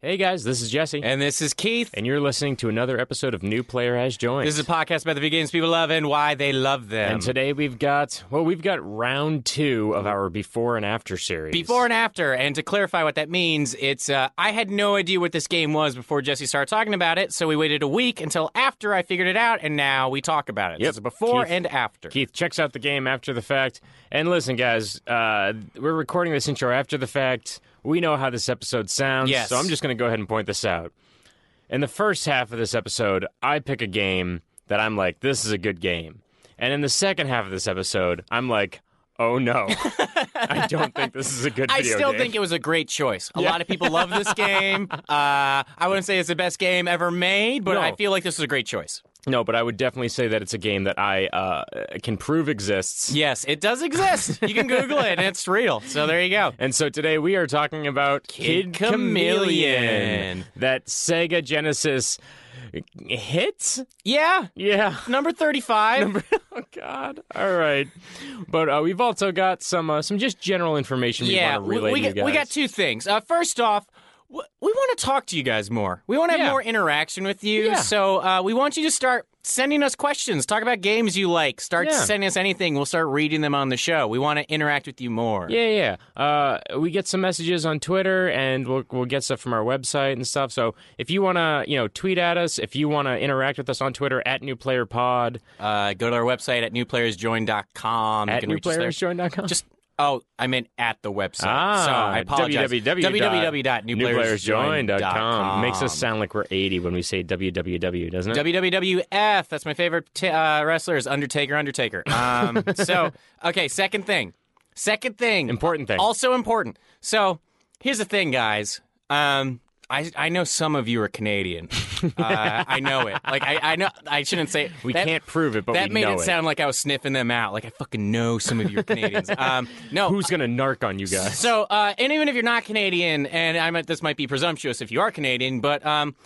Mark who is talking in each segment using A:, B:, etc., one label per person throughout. A: Hey guys, this is Jesse.
B: And this is Keith.
A: And you're listening to another episode of New Player Has Joined.
B: This is a podcast about the video games people love and why they love them.
A: and today we've got well, we've got round two of our before and after series.
B: Before and after, and to clarify what that means, it's uh, I had no idea what this game was before Jesse started talking about it, so we waited a week until after I figured it out, and now we talk about it.
A: Yep.
B: So it's before
A: Keith-
B: and after.
A: Keith checks out the game after the fact. And listen, guys, uh, we're recording this intro after the fact. We know how this episode sounds,
B: Yes.
A: so I'm just going to go ahead and point this out. In the first half of this episode, I pick a game that I'm like, this is a good game. And in the second half of this episode, I'm like, oh no, I don't think this is a good
B: I
A: video
B: still
A: game.
B: think it was a great choice. A lot of people love this game. Uh, I wouldn't say it's the best game ever made, but
A: No.
B: I feel like this was a great choice.
A: No, but I would definitely say that it's a game that I uh, can prove exists.
B: Yes, it does exist. You can Google it, and it's real. So there you go.
A: And so today we are talking about
B: Kid
A: Kid,
B: Chameleon.
A: Chameleon, that Sega Genesis hit.
B: Yeah,
A: Yeah.
B: number 35.
A: oh God! All right, but uh, we've also got some uh, some just general information we
B: yeah,
A: want to relay
B: we,
A: to you
B: got,
A: guys.
B: we got two things. Uh, first off, w- we want to talk to you guys more. We want to have
A: Yeah.
B: more interaction with you.
A: Yeah.
B: So uh, we want you to start sending us questions. Talk about games you like. Start
A: Yeah.
B: sending us anything. We'll start reading them on the show. We want to interact with you more.
A: Yeah, yeah. Uh, we get some messages on Twitter, and we'll we'll get stuff from our website and stuff. So if you wanna, you know, tweet at us, if you wanna interact with us on Twitter at New Player Pod
B: Uh, go to our website at newplayersjoin.com. you
A: at
B: can reach us there.
A: newplayersjoin.com.
B: Just oh, I meant at the website.
A: Ah,
B: so I apologize.
A: www.newplayersjoin.com. Makes us sound like we're 80 when we say www, doesn't it?
B: WWWF. That's my favorite t- uh, wrestler is Undertaker. Undertaker. Um, so okay, second thing. Second thing.
A: Important thing.
B: Also important. So here's the thing, guys. Um, I I know some of you are Canadian. Uh, I know it. Like I, I know I shouldn't say it.
A: we
B: That-
A: can't prove it, but
B: That
A: we
B: made
A: know
B: it sound like I was sniffing them out. Like I fucking know some of you are Canadians. Um, no,
A: Who's going to narc on you guys?
B: so, uh, and even if you're not Canadian, and I meant this might be presumptuous if you are Canadian, but um,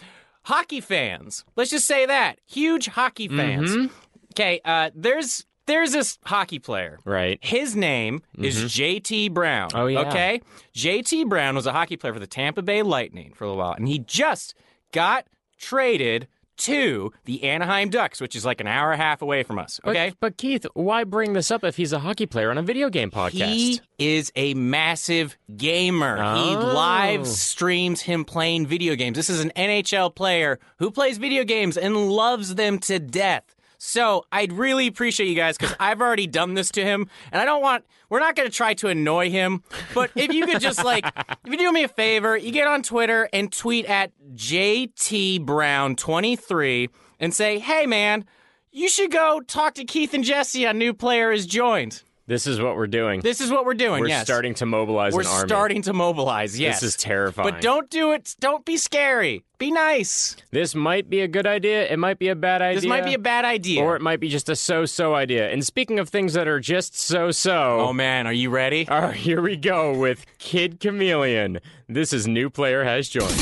B: hockey fans, let's just say that huge hockey fans.
A: Mm-hmm.
B: Okay, uh, there's there's this hockey player.
A: Right. Mm-hmm.
B: His name is JT Brown.
A: Oh, yeah.
B: Okay, JT Brown was a hockey player for the Tampa Bay Lightning for a little while, and he just got traded to the Anaheim Ducks, which is like an hour and a half away from us.
A: But-
B: Okay.
A: But, Keith, why bring this up if he's a hockey player on a video game podcast?
B: He is a massive gamer. He
A: Oh.
B: live streams him playing video games. This is an NHL player who plays video games and loves them to death. So I'd really appreciate you guys because I've already done this to him, and I don't want. We're not going to try to annoy him, but if you could just like, if you do me a favor, you get on Twitter and tweet at JT Brown twenty three and say, "Hey man, you should go talk to Keith and Jesse. A new player is joined."
A: this is what we're doing.
B: This is what we're doing.
A: we're
B: yes.
A: starting to mobilize
B: We're
A: an army.
B: starting to mobilize. Yes.
A: This is terrifying.
B: But don't do it. Don't be scary. Be nice.
A: This might be a good idea. It might be a bad idea.
B: This might be a bad idea.
A: Or it might be just a so-so idea. And speaking of things that are just so-so,
B: oh man, are you ready?
A: All right, here we go with Kid Chameleon. This is new player has joined.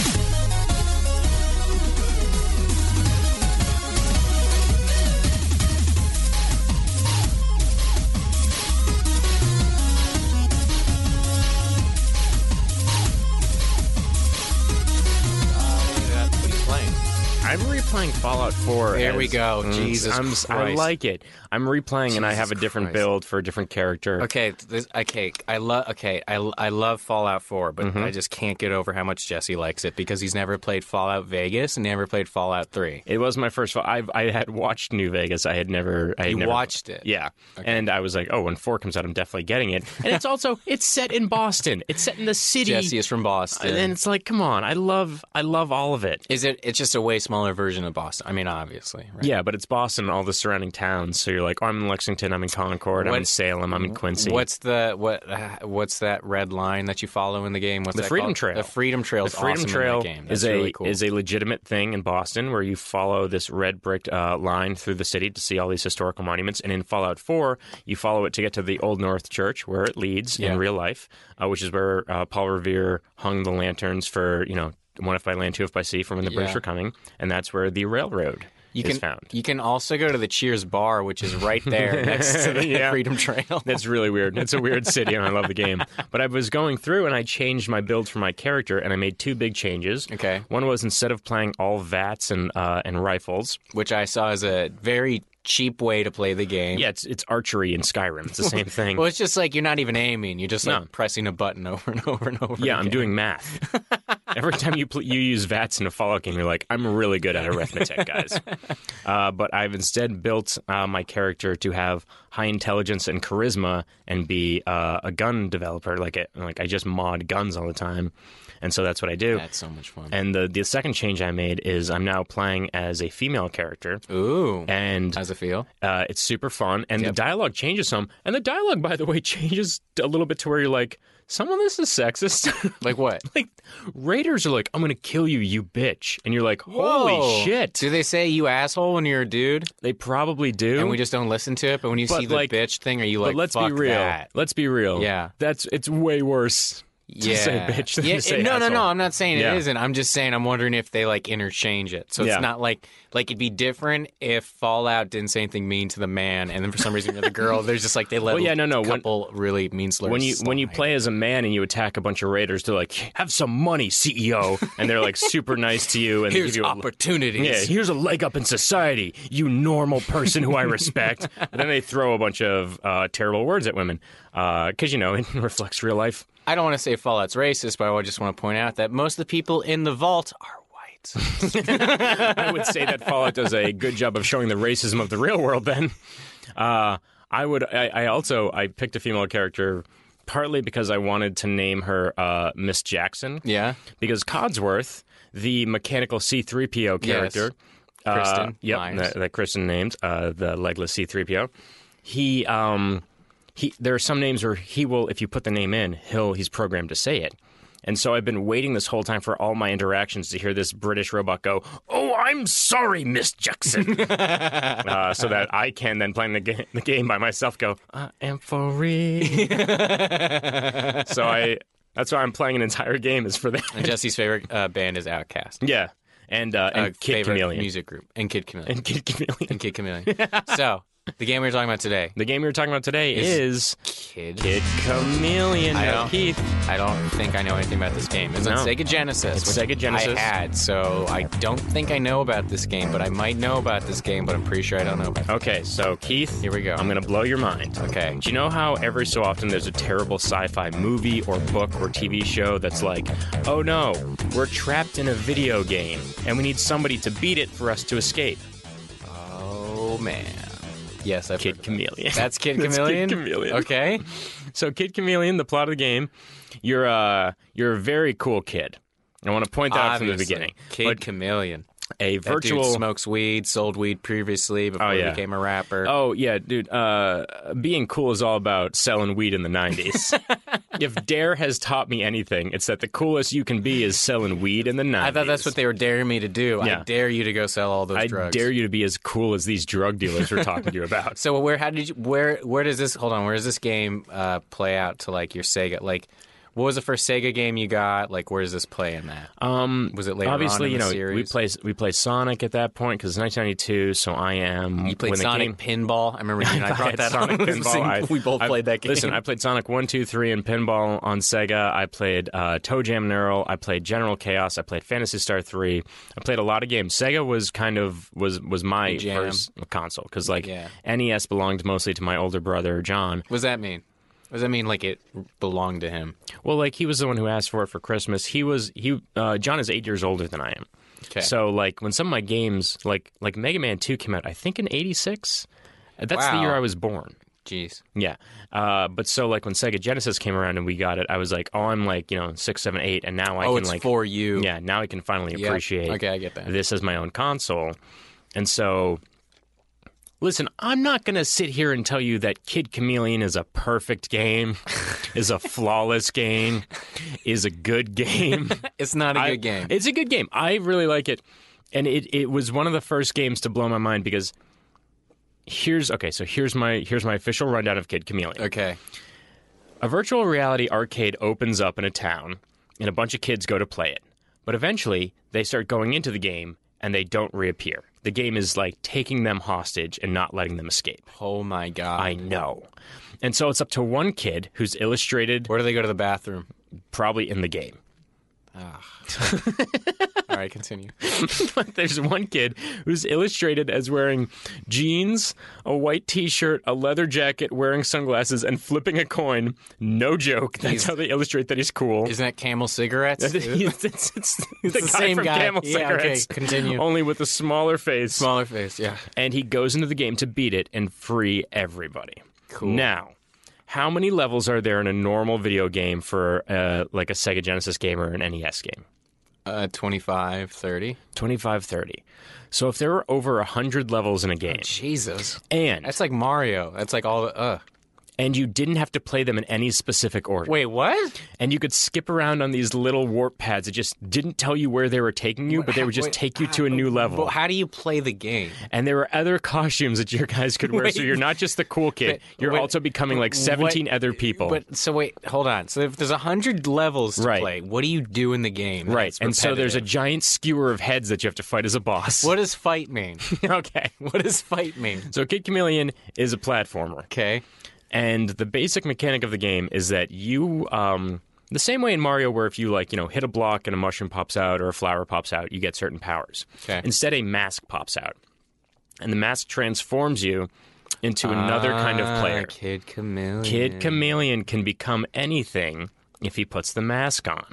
A: I'm replaying Fallout 4.
B: There
A: as- Mm-hmm.
B: we go. Jesus
A: I'm, I
B: Christ.
A: like it. I'm replaying, and I have a
B: Jesus
A: different
B: Christ.
A: build for a different character.
B: Okay, this, okay, I love okay, I, I love Fallout 4, but
A: Mm-hmm.
B: I just can't get over how much Jesse likes it because he's never played Fallout Vegas and never played Fallout 3.
A: It was my first. Fall. I I had watched New Vegas. I had never. I had
B: You
A: never-
B: watched it?
A: Yeah, and I was like, oh, when four comes out, I'm definitely getting it. And it's also it's set in Boston. It's set in the city.
B: Jesse is from Boston.
A: and it's like, come on, I love I love all of it.
B: is it it's just a way smaller version of in Boston. I mean, obviously. Right?
A: Yeah, but it's Boston and all the surrounding towns. So you're like, oh, I'm in Lexington, I'm in Concord, I'm in
B: What-
A: Salem, I'm in Quincy.
B: What's the what? Uh, what's that red line that you follow in the game? What's
A: The
B: that
A: Freedom
B: called?
A: Trail.
B: The Freedom Trail.
A: the
B: is
A: Freedom
B: awesome in
A: Trail
B: that game. That's
A: is a
B: really cool.
A: is a legitimate thing in Boston where you follow this red brick uh, line through the city to see all these historical monuments. And in Fallout Four, you follow it to get to the Old North Church where it leads
B: Yeah.
A: in real life, uh, which is where uh, Paul Revere hung the lanterns for you know one if by land, two if by sea, from when the British
B: Yeah.
A: were coming, and that's where the railroad
B: you
A: is
B: can
A: found.
B: you can also go to the Cheers bar, which is right there next to the
A: Yeah.
B: Freedom Trail.
A: That's really weird. It's a weird city, and I love the game. But I was going through and I changed my build for my character, and I made two big changes.
B: Okay.
A: One was instead of playing all vats and uh, and rifles,
B: which I saw as a very cheap way to play the game.
A: yeah, it's it's archery in Skyrim. It's the same thing.
B: Well, it's just like you're not even aiming; you're just like
A: No.
B: pressing a button over and over and over.
A: yeah, I'm
B: again.
A: doing math. Every time you pl- you use vats in a Fallout game, you're like, I'm really good at arithmetic, guys. uh, but I've instead built uh, my character to have high intelligence and charisma, and be uh, a gun developer. Like it, like I just mod guns all the time, and so that's what I do.
B: That's so much fun.
A: And the the second change I made is I'm now playing as a female character,
B: Ooh,
A: and
B: how's it feel?
A: uh, it's super fun. And the dialogue changes some, and the dialogue, by the way, changes a little bit to where you're like, some of this is sexist.
B: Like what?
A: like raiders are like, I'm gonna kill you, you bitch, and you're like, holy
B: Whoa.
A: shit.
B: Do they say you asshole when you're a dude,
A: They probably do.
B: and we just don't listen to it? Mm. But when you
A: But,
B: see the
A: like-
B: bitch thing, are you
A: but
B: like,
A: let's
B: fuck
A: be real.
B: that?
A: Let's be real.
B: Yeah.
A: that's it's way worse. to
B: Yeah,
A: say bitch than
B: yeah,
A: to say
B: no, no, no.
A: asshole.
B: I'm not saying
A: Yeah.
B: it isn't. I'm just saying I'm wondering if they like interchange it. So
A: Yeah.
B: it's not like like it'd be different if Fallout didn't say anything mean to the man, and then for some reason you're the girl. There's just like they let
A: Well, yeah, no, no,
B: a
A: when-
B: couple really mean slurs.
A: when you when you
B: slide.
A: play as a man and you attack a bunch of raiders, they're like, "Have some money, CEO," and they're like super nice to you and they
B: here's
A: give you a,
B: opportunities.
A: yeah, here's a leg up in society, you normal person who I respect. and then they throw a bunch of uh, terrible words at women because you know it reflects real life.
B: I don't want to say Fallout's racist, but I just want to point out that most of the people in the vault are white.
A: I would say that Fallout does a good job of showing the racism of the real world. Then, uh, I would. I, I also I picked a female character partly because I wanted to name her uh, Miss Jackson.
B: yeah,
A: because Codsworth, the mechanical C3PO character, uh,
B: Kristen
A: yep,
B: Myers.
A: that, that Kristen named, uh, the legless C3PO, he, um, he, there are some names where he will, if you put the name in, he'll, he's programmed to say it. And so I've been waiting this whole time for all my interactions to hear this British robot go, "Oh, I'm sorry, Miss Jackson," uh, so that I can then playing the, ga- the game by myself go, "I am for real." so I, that's why I'm playing an entire game is for that.
B: and Jesse's favorite uh, band is Outcast.
A: Yeah, and uh, and
B: Uh,
A: Kid
B: favorite
A: Chameleon
B: music group and Kid Chameleon
A: and Kid Chameleon.
B: and Kid Chameleon. so the game we were talking about today,
A: The game we were talking about today is,
B: Kid.
A: Kid Chameleon.
B: I
A: No,
B: don't-
A: Keith.
B: I don't think I know anything about this game. It's on
A: No.
B: Sega Genesis.
A: It's
B: which
A: Sega Genesis.
B: I had, so I don't think I know about this game, but I might know about this game, but I'm pretty sure I don't know. About it.
A: Okay, so Keith,
B: Here we go.
A: I'm gonna blow your mind.
B: Okay.
A: Do you know how every so often there's a terrible sci-fi movie or book or TV show that's like, oh no, we're trapped in a video game and we need somebody to beat it for us to escape.
B: Oh man. Yes, I've heard
A: Kid
B: of it.
A: Chameleon.
B: That's Kid Chameleon.
A: Kid Chameleon.
B: Okay.
A: So Kid Chameleon, the plot of the game, you're uh you're a very cool kid. I want to point that out from the
B: Obviously.
A: beginning.
B: Kid
A: But
B: Chameleon.
A: a
B: That
A: virtual
B: dude smokes weed, sold weed previously before
A: Oh, yeah.
B: he became a rapper.
A: Oh yeah, dude. Uh, being cool is all about selling weed in the '90s. if Dare has taught me anything, it's that the coolest you can be is selling weed in the '90s.
B: I thought that's what they were daring me to do.
A: Yeah.
B: I dare you to go sell all those
A: I
B: drugs.
A: dare you to be as cool as these drug dealers we're talking to you about.
B: So where how did you where where does this hold on where does this game uh, play out to like your Sega like what was the first Sega game you got like where does this play in that um was it later
A: Obviously,
B: on in
A: you
B: the
A: know
B: series
A: we play we play Sonic at that point because 1992. So I am.
B: you played
A: when the
B: Sonic
A: game-
B: Pinball I remember you and I brought
A: had
B: that
A: Sonic
B: on
A: Pinball. I-
B: we both
A: I-
B: played that game
A: Listen, I played Sonic 1, 2, 3, and Pinball on Sega. I played uh, Toe Jam Neural. I played General Chaos. I played Fantasy Star 3. I played a lot of games. Sega was kind of was was my
B: jam.
A: first console because like
B: Yeah.
A: NES belonged mostly to my older brother John.
B: what does that mean what does that mean like it belonged to him
A: Well, like he was the one who asked for it for Christmas. He was he uh, John is eight years older than I am.
B: Okay.
A: So like when some of my games like like Mega Man 2 came out, I think in '86. That's the
B: Wow.
A: year I was born.
B: Jeez.
A: Yeah. Uh, but so like when Sega Genesis came around and we got it, I was like, oh, I'm like you know six, seven, eight, and now I
B: Oh,
A: can
B: it's
A: like
B: for you.
A: yeah, now I can finally
B: Yeah.
A: appreciate
B: Okay, I get that.
A: this as my own console. And so listen, I'm not going to sit here and tell you that Kid Chameleon is a perfect game, is a flawless game, is a good game.
B: It's not a
A: I-
B: good game.
A: It's a good game. I really like it. And it, it was one of the first games to blow my mind because here's okay, so here's my here's my official rundown of Kid Chameleon.
B: okay.
A: A virtual reality arcade opens up in a town, and a bunch of kids go to play it. But eventually, they start going into the game, and they don't reappear. The game is like taking them hostage and not letting them escape.
B: Oh my god.
A: I know. And so it's up to one kid who's illustrated
B: Where do they go to the bathroom?
A: probably in the game.
B: All right, continue.
A: But there's one kid who's illustrated as wearing jeans, a white t shirt, a leather jacket, wearing sunglasses, and flipping a coin. No joke. That's how they illustrate that he's cool.
B: Isn't that Camel cigarettes?
A: it's, it's- it's the, guy
B: same
A: from
B: guy.
A: Camel
B: Yeah, okay,
A: Cigarettes.
B: continue.
A: Only with a smaller face.
B: Smaller face, yeah.
A: And he goes into the game to beat it and free everybody. Cool. Now, how many levels are there in a normal video game for uh, like a Sega Genesis game or an NES game?
B: Uh, 25, 30.
A: 25, 30. So if there were over 100 levels in a game,
B: Jesus.
A: and
B: Oh, That's like Mario. That's like all the. Uh.
A: and you didn't have to play them in any specific order,
B: Wait, what?
A: and you could skip around on these little warp pads. It just didn't tell you where they were taking you, but they would just
B: wait,
A: take you to a new level.
B: Well, how do you play the game?
A: And there were other costumes that your guys could wear, so
B: Wait.
A: you're not just the cool kid.
B: But-
A: You're
B: but-
A: also becoming like 17
B: what-
A: other people.
B: But so wait, hold on. So if there's a hundred levels to
A: Right.
B: play, what do you do in the game?
A: right.
B: that's
A: And so there's a
B: repetitive?
A: giant skewer of heads that you have to fight as a boss.
B: What does fight mean?
A: okay.
B: what does fight mean?
A: So Kid Chameleon is a platformer.
B: Okay.
A: And the basic mechanic of the game is that you, um, the same way in Mario, where if you like, you know, hit a block and a mushroom pops out or a flower pops out, you get certain powers.
B: Okay.
A: Instead, a mask pops out, and the mask transforms you into another kind of
B: Ah,
A: player.
B: Kid Chameleon.
A: Kid Chameleon can become anything if he puts the mask on.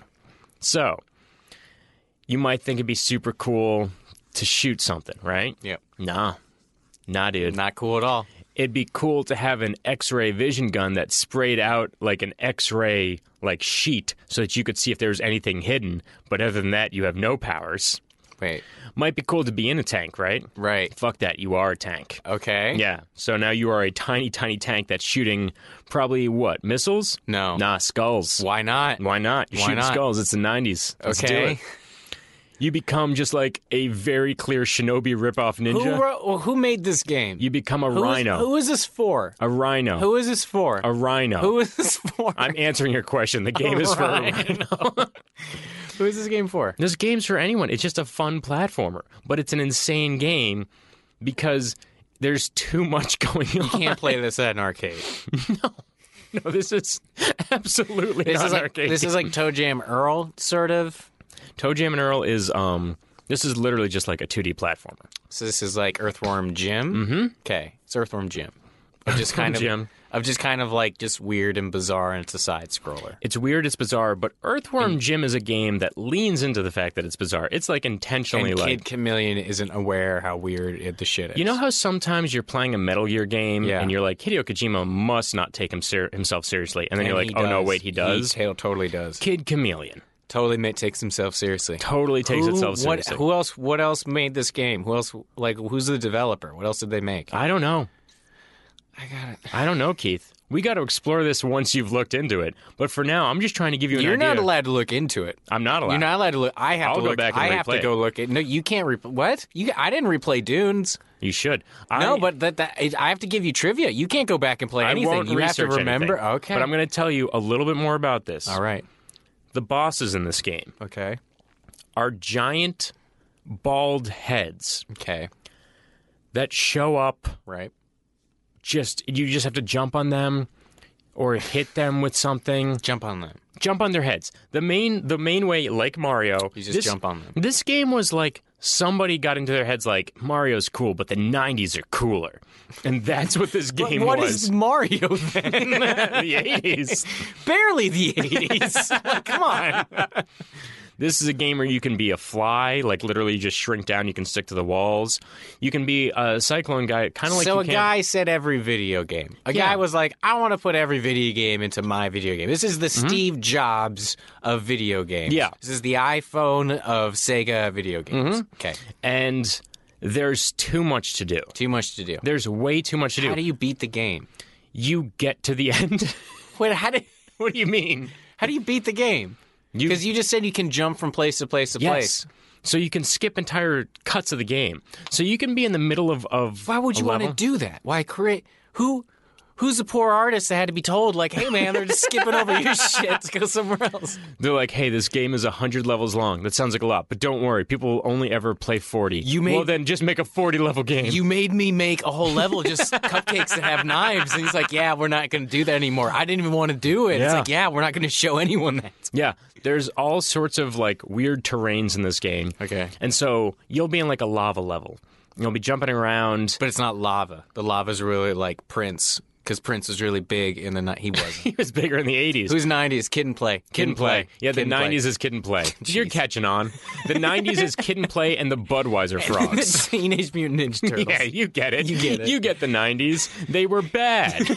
A: So, you might think it'd be super cool to shoot something, right?
B: Yep.
A: Nah. Nah, dude.
B: Not cool at all.
A: It'd be cool to have an X-ray vision gun that sprayed out like an X-ray like sheet so that you could see if there was anything hidden, but other than that you have no powers.
B: Wait.
A: Might be cool to be in a tank, right?
B: Right.
A: Fuck that, you are a tank.
B: Okay.
A: Yeah. So now you are a tiny, tiny tank that's shooting probably what? Missiles?
B: No.
A: Nah, skulls.
B: Why not?
A: Why not? You're
B: Why
A: shooting
B: not?
A: skulls. It's the 90s. Let's do
B: Okay.
A: it. You become just like a very clear shinobi ripoff
B: Who
A: ninja.
B: wrote, well, who made this game?
A: you become a
B: Who is-
A: rhino.
B: who is this for?
A: a rhino.
B: Who is this for?
A: a rhino.
B: Who is Oh, this for?
A: I'm answering your question. The game is for a
B: rhino.
A: rhino.
B: who is this game for?
A: This game's for anyone. It's just a fun platformer, but it's an insane game because there's too much going on.
B: Can't play this at an arcade.
A: No, this is absolutely
B: This
A: not
B: is
A: an
B: like
A: arcade
B: this
A: game.
B: is like Toe Jam Earl, sort of.
A: Toe Jam and Earl is um this is literally just like a 2D platformer.
B: So this is like Earthworm Jim. Mm-hmm. Okay, it's Earthworm Jim. Of just kind of
A: Jim.
B: of just kind of like just weird and bizarre, and it's a side scroller.
A: It's weird, it's bizarre, but Earthworm Jim is a game that leans into the fact that it's bizarre. It's like intentionally
B: And
A: like
B: Kid Chameleon isn't aware how weird it, the shit is.
A: you know how sometimes you're playing a Metal Gear game
B: Yeah.
A: and you're like Hideo Kojima must not take him ser- himself seriously, and then
B: And
A: you're like,
B: he
A: oh no,
B: does.
A: wait, he does.
B: He ta- totally does.
A: Kid Chameleon
B: Totally ma- takes himself seriously.
A: totally takes
B: Who-
A: itself
B: what,
A: seriously.
B: Who else? What else made this game? Who else? Like, who's the developer? What else did they make?
A: I don't know.
B: I got it.
A: I don't know, Keith. We got to explore this once you've looked into it. But for now, I'm just trying to give you an
B: You're
A: idea.
B: not allowed to look into it.
A: I'm not allowed.
B: You're not allowed to look. I have
A: I'll
B: to
A: go
B: look.
A: back and
B: I have
A: replay
B: to
A: it.
B: go look at. No, you can't. Re- what? You? I didn't replay Dunes.
A: you should.
B: no,
A: I-
B: but that, that it, I have to give you trivia. You can't go back and play
A: I
B: anything.
A: won't
B: you have to
A: research
B: remember.
A: anything.
B: Okay.
A: But I'm going to tell you a little bit more about this.
B: All right.
A: The bosses in this game
B: Okay.
A: are giant bald heads
B: Okay.
A: that show up
B: Right.
A: just you just have to jump on them or hit them with something.
B: Jump on them.
A: Jump on their heads. The main the main way like Mario,
B: You just jump on them.
A: This game was like somebody got into their heads like Mario's cool, but the 90s are cooler. And that's what this game
B: What
A: was.
B: is Mario then?
A: the 80s.
B: Barely the 80s. Like, come on.
A: This is a game where you can be a fly, like literally you just shrink down. You can stick to the walls. You can be a cyclone guy, kind of like
B: so
A: you
B: a
A: can-
B: guy said every video game. A
A: Yeah.
B: guy was like, I want to put every video game into my video game. This is the Steve Jobs of video games.
A: Mm-hmm. Yeah.
B: This is the iPhone of Sega video games.
A: Mm-hmm.
B: Okay.
A: and there's too much to do.
B: Too much to do.
A: There's way too much to do.
B: How do you beat the game?
A: you get to the end?
B: Wait, how do
A: what do you mean?
B: how do you beat the game?
A: You-
B: Because you, just said you can jump from place to place to place.
A: So you can skip entire cuts of the game. So you can be in the middle of of
B: Why would
A: a
B: you want to
A: level.
B: do that? Why create who? Who's the poor artist that had to be told like, hey man, they're just skipping over your shit to go somewhere else?
A: They're like, hey, this game is hundred levels long. That sounds like a lot, but don't worry, people will only ever play forty.
B: You made-
A: well, then just make a forty level game.
B: You made me make a whole level of just cupcakes that have knives, and he's like, yeah, we're not going to do that anymore. I didn't even want to do it. It's
A: Yeah.
B: like, yeah, we're not going to show anyone that.
A: Yeah, there's all sorts of like weird terrains in this game.
B: Okay.
A: and so you'll be in like a lava level. You'll be jumping around.
B: But it's not lava. The lava's really like Prince, because Prince was really big in the night. He wasn't.
A: He was bigger in the '80s.
B: Who's nineties? Kid and play. Kid,
A: Kid and play. Yeah, the
B: Kid and play.
A: 90s is kid and play. You're catching on. The 90s is kid and play and the Budweiser frogs.
B: The Teenage Mutant Ninja Turtles.
A: Yeah, you get it.
B: You get it.
A: You get the 90s. They were bad.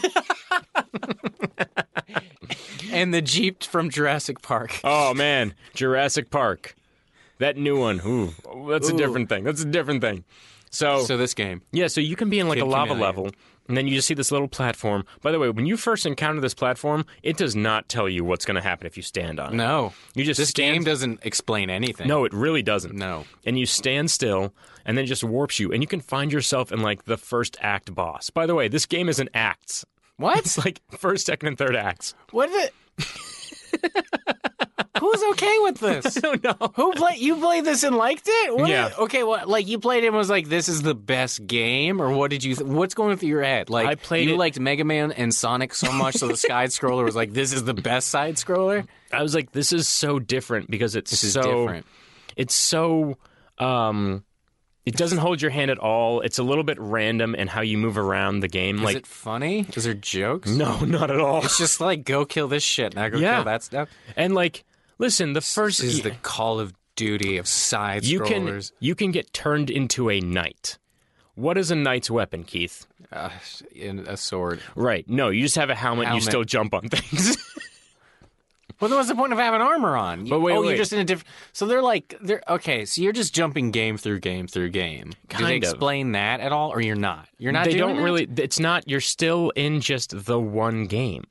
B: And the Jeep from Jurassic Park.
A: oh, man. Jurassic Park. That new one. Ooh, that's a different thing. That's a different thing. So,
B: So this game.
A: yeah, so you can be in like
B: Kid
A: a lava
B: Chameleon.
A: level, and then you just see this little platform. By the way, when you first encounter this platform, it does not tell you what's going to happen if you stand on it.
B: No.
A: You just
B: this
A: stand
B: game doesn't explain anything.
A: No, it really doesn't.
B: No.
A: And you stand still and then it just warps you and you can find yourself in like the first act boss. By the way, this game isn't acts.
B: What?
A: It's like first, second, and third acts.
B: What the Who's okay with this?
A: No, Oh, no.
B: Who played you played this and liked it? What
A: Yeah.
B: okay, well like you played it and was like this is the best game or what did you th- what's going through your head? Like
A: I played
B: you
A: it-
B: liked Mega Man and Sonic so much so the side scroller was like this is the best side scroller?
A: I was like, this is so different because it's
B: This is
A: so
B: different.
A: it's so um it doesn't hold your hand at all. It's a little bit random in how you move around the game.
B: Is
A: like
B: it funny? Is there jokes?
A: no, not at all.
B: It's just like go kill this shit, now go
A: Yeah.
B: kill that stuff.
A: And like listen, the first
B: This is the Call of Duty of side
A: you can
B: scrollers.
A: you can get turned into a knight. What is a knight's weapon, Keith?
B: Uh, in a sword.
A: Right. No, you just have a helmet.
B: Helmet.
A: You still jump on things.
B: Well, then what's the point of having armor on? You-
A: But wait,
B: oh,
A: wait.
B: you're just in a different. So they're like, they're okay. So you're just jumping game through game through game. Do they
A: Kind of.
B: explain that at all, or you're not? You're not.
A: they
B: doing
A: don't
B: that?
A: really. It's not. You're still in just the one game.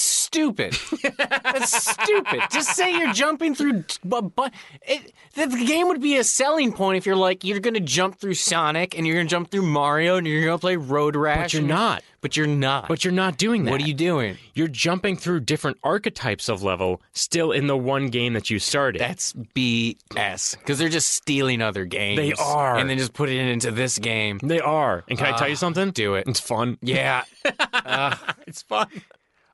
B: stupid. That's stupid. Just say you're jumping through. But, but it, the, the game would be a selling point if you're like you're going to jump through Sonic and you're going to jump through Mario and you're going to play Road Rash.
A: But you're
B: and-
A: not.
B: But you're not.
A: But you're not doing that.
B: what are you doing?
A: You're jumping through different archetypes of level, still in the one game that you started.
B: That's BS. Because they're just stealing other games.
A: They are.
B: And then just putting it into this game.
A: they are. And can I tell you something?
B: Ah, do it.
A: It's fun.
B: Yeah.
A: It's fun.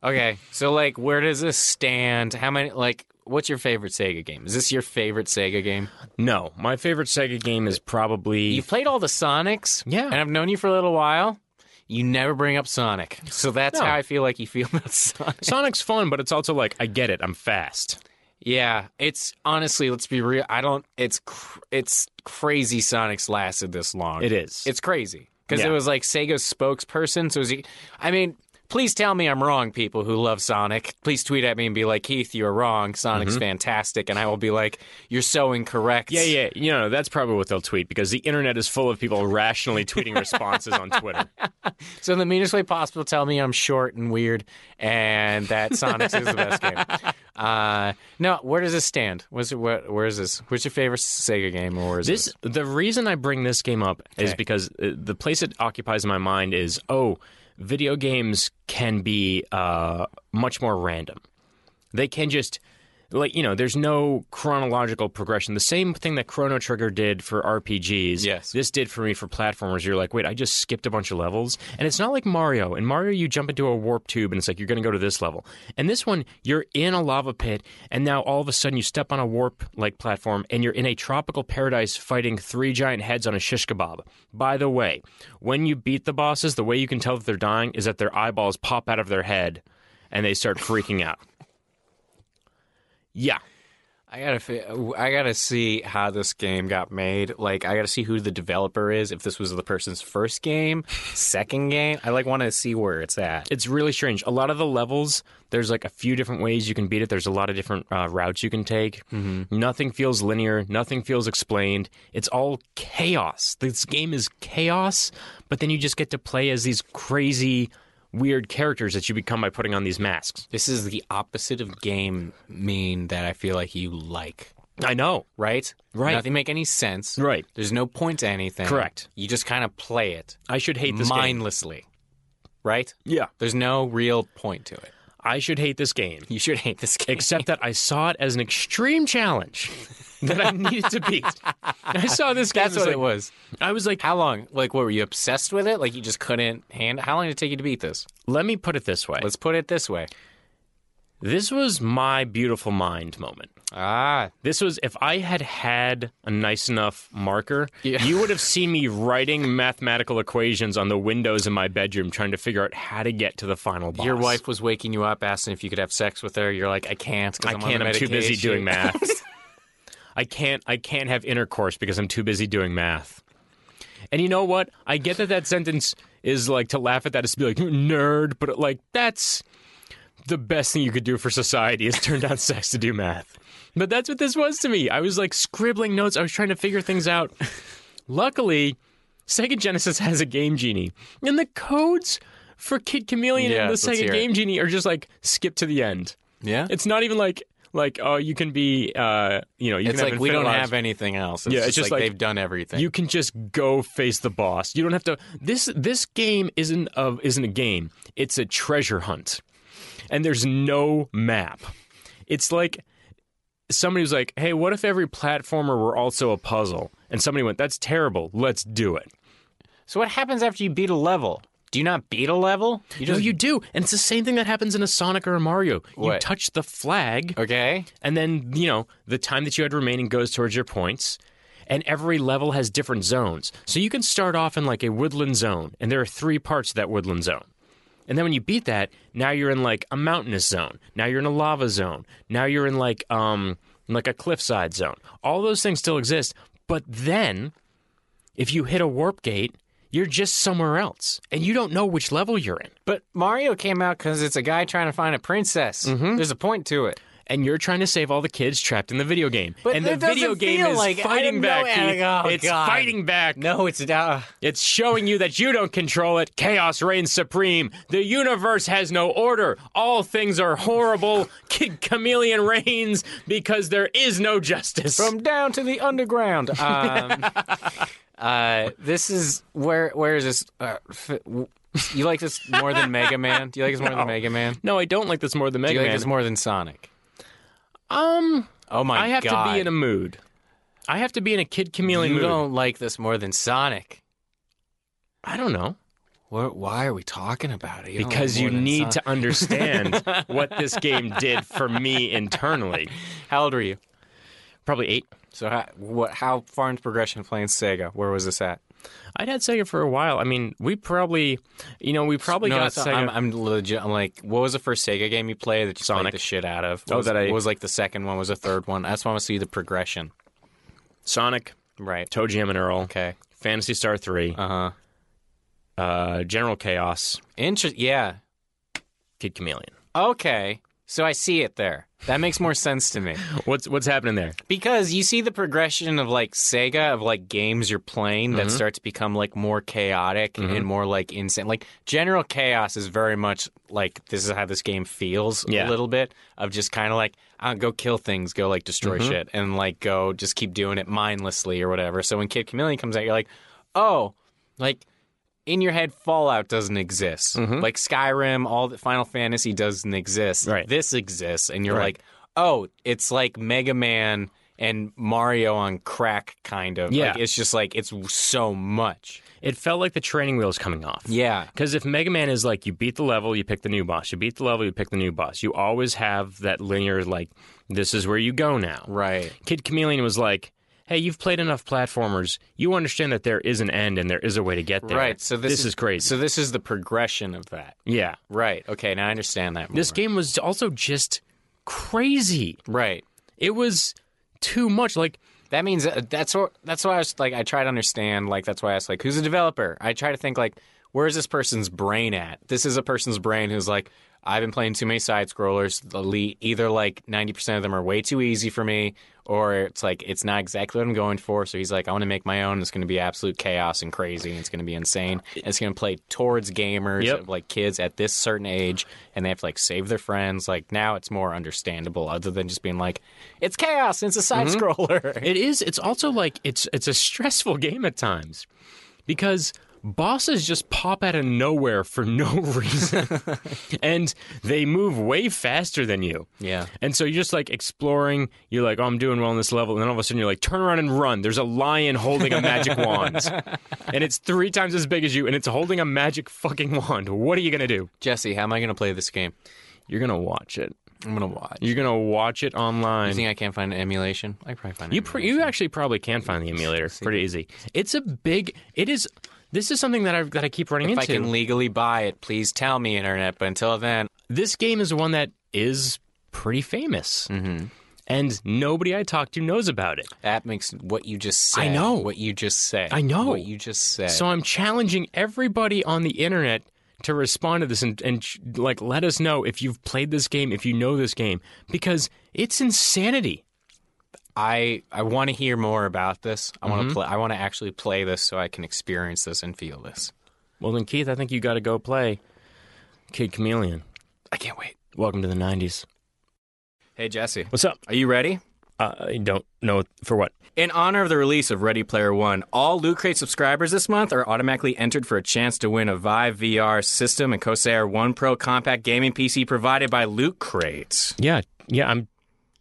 B: Okay. So, like, where does this stand? How many, like, what's your favorite Sega game? Is this your favorite Sega game?
A: No, my favorite Sega game is probably.
B: You've played all the Sonics.
A: Yeah.
B: And I've known you for a little while. You never bring up Sonic. So that's
A: No.
B: how I feel like you feel about Sonic.
A: Sonic's fun, but it's also like I get it. I'm fast.
B: Yeah. It's honestly, let's be real. I don't, it's, cr- it's crazy Sonic's lasted this long.
A: It is.
B: It's crazy because it
A: Yeah.
B: was like Sega's spokesperson. So it was, I mean, please tell me I'm wrong, people who love Sonic. Please tweet at me and be like, Keith, you're wrong. Sonic's fantastic, and I will be like, you're so incorrect.
A: Mm-hmm. yeah, yeah. You know that's probably what they'll tweet because the internet is full of people rationally tweeting responses on Twitter.
B: So in the meanest way possible, tell me I'm short and weird, and that Sonic's is the best game. Uh, no, where does this stand? What's it, what, where is this? What's your favorite Sega game, or where is
A: This the reason I bring this game up is because uh, the place it occupies in my mind is oh, video games can be uh, much more random. They can just like you know, there's no chronological progression. The same thing that Chrono Trigger did for RPGs.
B: Yes.
A: this did for me for platformers. You're like, wait, I just skipped a bunch of levels, and it's not like Mario. In Mario, you jump into a warp tube, and it's like you're going to go to this level. And this one, you're in a lava pit, and now all of a sudden you step on a warp like platform, and you're in a tropical paradise fighting three giant heads on a shish kebab. By the way, when you beat the bosses, the way you can tell that they're dying is that their eyeballs pop out of their head, and they start freaking out. Yeah.
B: I gotta, fi- I gotta see how this game got made. Like, I gotta see who the developer is. If this was the person's first game, second game, I like want to see where it's at.
A: It's really strange. A lot of the levels, there's like a few different ways you can beat it. There's a lot of different uh, routes you can take.
B: Mm-hmm.
A: Nothing feels linear. Nothing feels explained. It's all chaos. This game is chaos, but then you just get to play as these crazy, weird characters that you become by putting on these masks.
B: This is the opposite of game mean that I feel like you like.
A: I know.
B: Right?
A: Right.
B: Nothing make any sense.
A: Right.
B: There's no point to anything.
A: Correct.
B: You just kind of play it
A: I should hate this game.
B: mindlessly. Right?
A: Yeah.
B: There's no real point to it.
A: I should hate this game.
B: You should hate this game.
A: except that I saw it as an extreme challenge that I needed to beat. I saw this game.
B: That's
A: as
B: what
A: like-
B: it was.
A: I was like,
B: How long? Like, what were you obsessed with it? Like, you just couldn't hand. How long did it take you to beat this?
A: let me put it this way.
B: Let's put it this way.
A: This was my beautiful mind moment.
B: Ah,
A: This was if I had had a nice enough marker,
B: Yeah.
A: you would have seen me writing mathematical equations on the windows in my bedroom, trying to figure out how to get to the final boss.
B: your wife was waking you up asking if you could have sex with her. You're like, I can't. 'cause
A: I
B: I'm on
A: can't.
B: the
A: I'm too busy
B: medication."
A: doing math. I can't. I can't have intercourse because I'm too busy doing math. And you know what? I get that that sentence is like to laugh at that is to be like nerd, but like that's the best thing you could do for society is turn down sex to do math. But that's what this was to me. I was like scribbling notes. I was trying to figure things out. Luckily, Sega Genesis has a game genie, and the codes for Kid Chameleon
B: Yes,
A: and the
B: let's hear
A: Sega
B: it.
A: Game Genie are just like skip to the end.
B: yeah.
A: It's not even like like oh you can be uh you know you
B: It's
A: can
B: like
A: have
B: we
A: infinite
B: don't
A: lives.
B: have anything else. It's
A: Yeah,
B: just,
A: it's just
B: like,
A: like-
B: they've done everything.
A: you can just go face the boss. You don't have to. This this game isn't of isn't a game. It's a treasure hunt, and there's no map. It's like somebody was like, "Hey, what if every platformer were also a puzzle?" And somebody went, "That's terrible. Let's do it."
B: so what happens after you beat a level? Do you not beat a level? You
A: No, you do, and it's the same thing that happens in a Sonic or a Mario. You
B: What?
A: touch the flag,
B: okay?
A: And then, you know, the time that you had remaining goes towards your points. And every level has different zones. So you can start off in like a woodland zone, and there are three parts to that woodland zone. And then when you beat that, now you're in like a mountainous zone. Now you're in a lava zone. Now you're in like um like a cliffside zone. All those things still exist, but then if you hit a warp gate, you're just somewhere else and you don't know which level you're in.
B: But Mario came out because it's a guy trying to find a princess. There's a point to it.
A: and you're trying to save all the kids trapped in the video game.
B: But
A: and
B: that
A: the video
B: doesn't
A: game
B: feel
A: is
B: like- I
A: fighting
B: don't know,
A: back.
B: Alec.
A: Keith.
B: Oh,
A: it's
B: God.
A: fighting back.
B: No, it's uh, not.
A: It's showing you that you don't control it. Chaos reigns supreme. The universe has no order. All things are horrible. Kid Chameleon reigns because there is no justice.
B: from down to the underground. Um, uh, this is where where is this? Uh, f- w- you like this more than Mega Man? Do you like this more than Mega Man?
A: no, I don't like this more than
B: Do
A: Mega
B: you like
A: Man.
B: this more than Sonic?
A: um,
B: Oh my god!
A: I have to be in a mood. I have to be in a Kid Chameleon
B: You
A: mood.
B: don't like this more than Sonic.
A: I don't know.
B: Oh, What, why are we talking about it? don't
A: Because
B: like
A: you
B: more than
A: need
B: Sonic.
A: to understand what this game did for me internally.
B: How old are you?
A: Probably eight.
B: So how, what? How far into progression playing Sega? Where was this at?
A: I'd had Sega for a while. I mean, we probably, you know, we probably
B: no,
A: got
B: that's-
A: Sega.
B: I'm, I'm legit. I'm like, what was the first Sega game you played that you
A: Sonic.
B: played the shit out of? What
A: Oh,
B: was,
A: that I-
B: what was like the second one? Was the third one? I just want to see the progression.
A: Sonic,
B: Right.
A: Toe Jam and Earl,
B: Okay.
A: Fantasy Star 3,
B: Uh huh.
A: uh, General Chaos,
B: Interest. Yeah.
A: Kid Chameleon.
B: Okay. So I see it there. That makes more sense to me
A: What's what's happening there?
B: because you see the progression of like Sega of like games you're playing that start to become like more chaotic and more like insane. Like General Chaos is very much like this is how this game feels
A: Yeah.
B: a little bit of just kind of like uh, go kill things, go like destroy shit, and like go just keep doing it mindlessly or whatever. So when Kid Chameleon comes out, you're like, oh, like in your head fallout doesn't exist
A: Mm-hmm.
B: like skyrim all the final fantasy doesn't exist
A: Right.
B: this exists and you're
A: Right.
B: like oh it's like mega man and mario on crack kind of
A: Yeah.
B: like it's just like it's so much
A: It felt like the training wheels coming off.
B: yeah
A: Because if Mega Man is like you beat the level, you pick the new boss. You beat the level, you pick the new boss. You always have that linear like, this is where you go now.
B: right
A: Kid Chameleon was like, hey, you've played enough platformers. You understand that there is an end and there is a way to get there.
B: right so this,
A: is, crazy.
B: so this is the progression of that
A: yeah.
B: right okay now i understand that more.
A: This game was also just crazy.
B: Right.
A: It was too much. Like
B: That means uh, that's what that's why I was like I try to understand like that's why I was like who's a developer? I try to think like where is this person's brain at? This is a person's brain who's like I've been playing too many side scrollers. Either like ninety percent of them are way too easy for me, or it's like it's not exactly what I'm going for. So he's like, I want to make my own. It's going to be absolute chaos and crazy, and it's going to be insane. And it's going to play towards gamers,
A: Yep.
B: like kids at this certain age, and they have to like save their friends. Like now, it's more understandable, other than just being like, it's chaos. And it's a side scroller.
A: It is. It's also like it's it's a stressful game at times because bosses just pop out of nowhere for no reason, and they move way faster than you.
B: Yeah.
A: And so you're just like exploring. You're like, oh, I'm doing well on this level, and then all of a sudden you're like, turn around and run. There's a lion holding a magic wand, and it's three times as big as you, and it's holding a magic fucking wand. What are you gonna do?
B: Jesse, how am I going to play this game?
A: You're gonna watch it.
B: I'm going to watch. You
A: You're gonna watch it online.
B: think I can't find an emulation? I probably find an
A: You pr- you actually probably can find the emulator pretty easy. It's a big. It is. This is something that I that I keep running
B: If
A: into.
B: I can legally buy it, please tell me, internet. But until then,
A: this game is one that is pretty famous, mm-hmm. and nobody I talk to knows about it.
B: that makes what you just said.
A: I know.
B: what you just said.
A: I know.
B: what you just said.
A: So I'm challenging everybody on the internet to respond to this and, and sh- like let us know if you've played this game, if you know this game, because it's insanity.
B: I I want to hear more about this. I
A: Mm-hmm.
B: want to play. I want to actually play this so I can experience this and feel this.
A: Well, then Keith, I think you got to go play Kid Chameleon.
B: I can't wait.
A: Welcome to the '90s.
B: Hey Jesse,
A: What's up?
B: are you ready?
A: Uh, I don't know for what.
B: In honor of the release of Ready Player One, all Loot Crate subscribers this month are automatically entered for a chance to win a Vive VR system and Corsair One Pro compact gaming PC provided by Loot Crate.
A: Yeah, yeah, I'm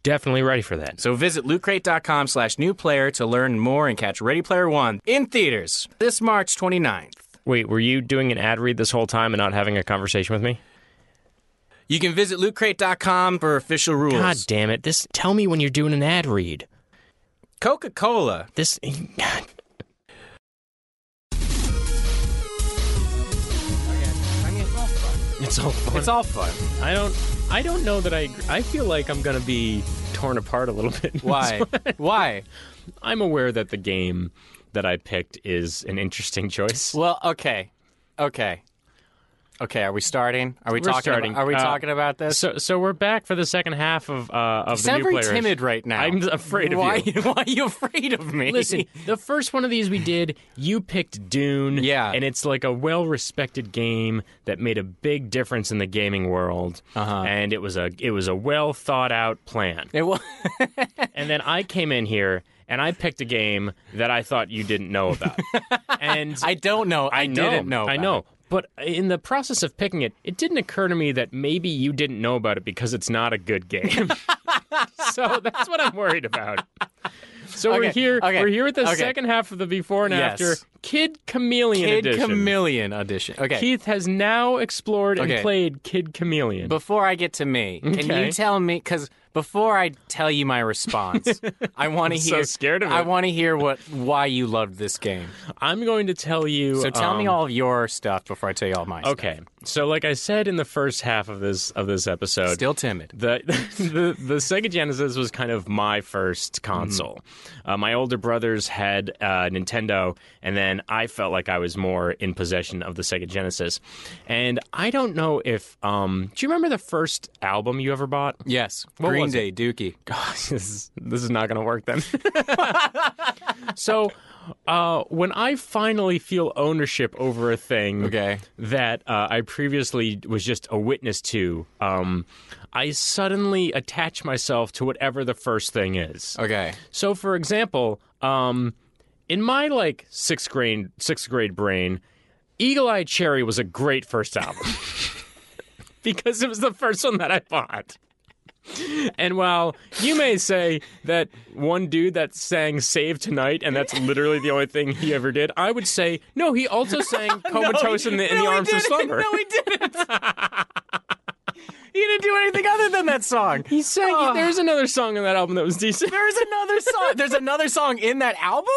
A: definitely ready for that.
B: So visit lootcrate.com slash new player to learn more and catch Ready Player One in theaters this March 29th.
A: Wait, were you doing an ad read this whole time and not having a conversation with me?
B: You can visit lootcrate.com for official rules.
A: God damn it! This tell me when you're doing an ad read.
B: Coca-Cola.
A: This
B: I mean, it's all fun.
A: it's all fun.
B: It's all fun.
A: I don't I don't know that I agree. I feel like I'm gonna be torn apart a little bit. in
B: Why?
A: this one.
B: Why?
A: I'm aware that the game that I picked is an interesting choice.
B: Well, okay, okay, okay. Are we starting? Are we
A: We're
B: talking?
A: starting.
B: About, are we
A: Uh,
B: talking about this?
A: So so we're back for the second half of uh, of
B: you
A: the
B: sound
A: new
B: very
A: players.
B: timid right now.
A: I'm afraid of
B: why,
A: you.
B: Why are you afraid of me?
A: Listen, the first one of these we did, you picked Dune.
B: Yeah.
A: And it's like a well respected game that made a big difference in the gaming world. Uh-huh. And it was a it was a well thought out plan.
B: It wa-
A: and then I came in here and I picked a game that I thought you didn't know about. and
B: I don't know. I,
A: know,
B: didn't know.
A: I
B: about
A: know.
B: it.
A: But in the process of picking it, it didn't occur to me that maybe you didn't know about it because it's not a good game. so that's what I'm worried about. So we're
B: Okay,
A: here.
B: okay,
A: We're here with the
B: okay.
A: second half of the before and
B: Yes.
A: after Kid Chameleon
B: Kid
A: edition.
B: Chameleon audition. Okay.
A: Keith has now explored
B: Okay.
A: and played Kid Chameleon.
B: Before I get to me, can
A: Okay.
B: you tell me? Because before I tell you my response, I want to
A: so
B: hear.
A: scared of
B: I
A: it.
B: want to hear what why you loved this game.
A: I'm going to tell you.
B: So tell me
A: um,
B: all of your stuff before I tell you all mine.
A: Okay, so like I said in the first half of this of this episode,
B: Still timid.
A: the the the Sega Genesis was kind of my first console. Uh, my older brothers had uh, Nintendo, and then I felt like I was more in possession of the Sega Genesis. And I don't know if um, do you remember the first album you ever bought?
B: Yes.
A: What
B: Green
A: was
B: Day, Dookie.
A: gosh, this is, this is not going to work then. so, uh, when I finally feel ownership over a thing
B: Okay.
A: that uh, I previously was just a witness to, um, I suddenly attach myself to whatever the first thing is.
B: Okay.
A: So, for example, um, in my like sixth grade sixth grade brain, Eagle Eye Cherry was a great first album because it was the first one that I bought. And while you may say that one dude that sang "Save Tonight" and that's literally the only thing he ever did, I would say no. He also sang "Comatose in the, in
B: No,
A: the
B: he
A: Arms of
B: didn't.
A: Slumber."
B: No, he didn't. he didn't do anything other than that song.
A: he sang.
B: Oh.
A: There's another song on that album that was decent.
B: There's another song. There's another song in that album.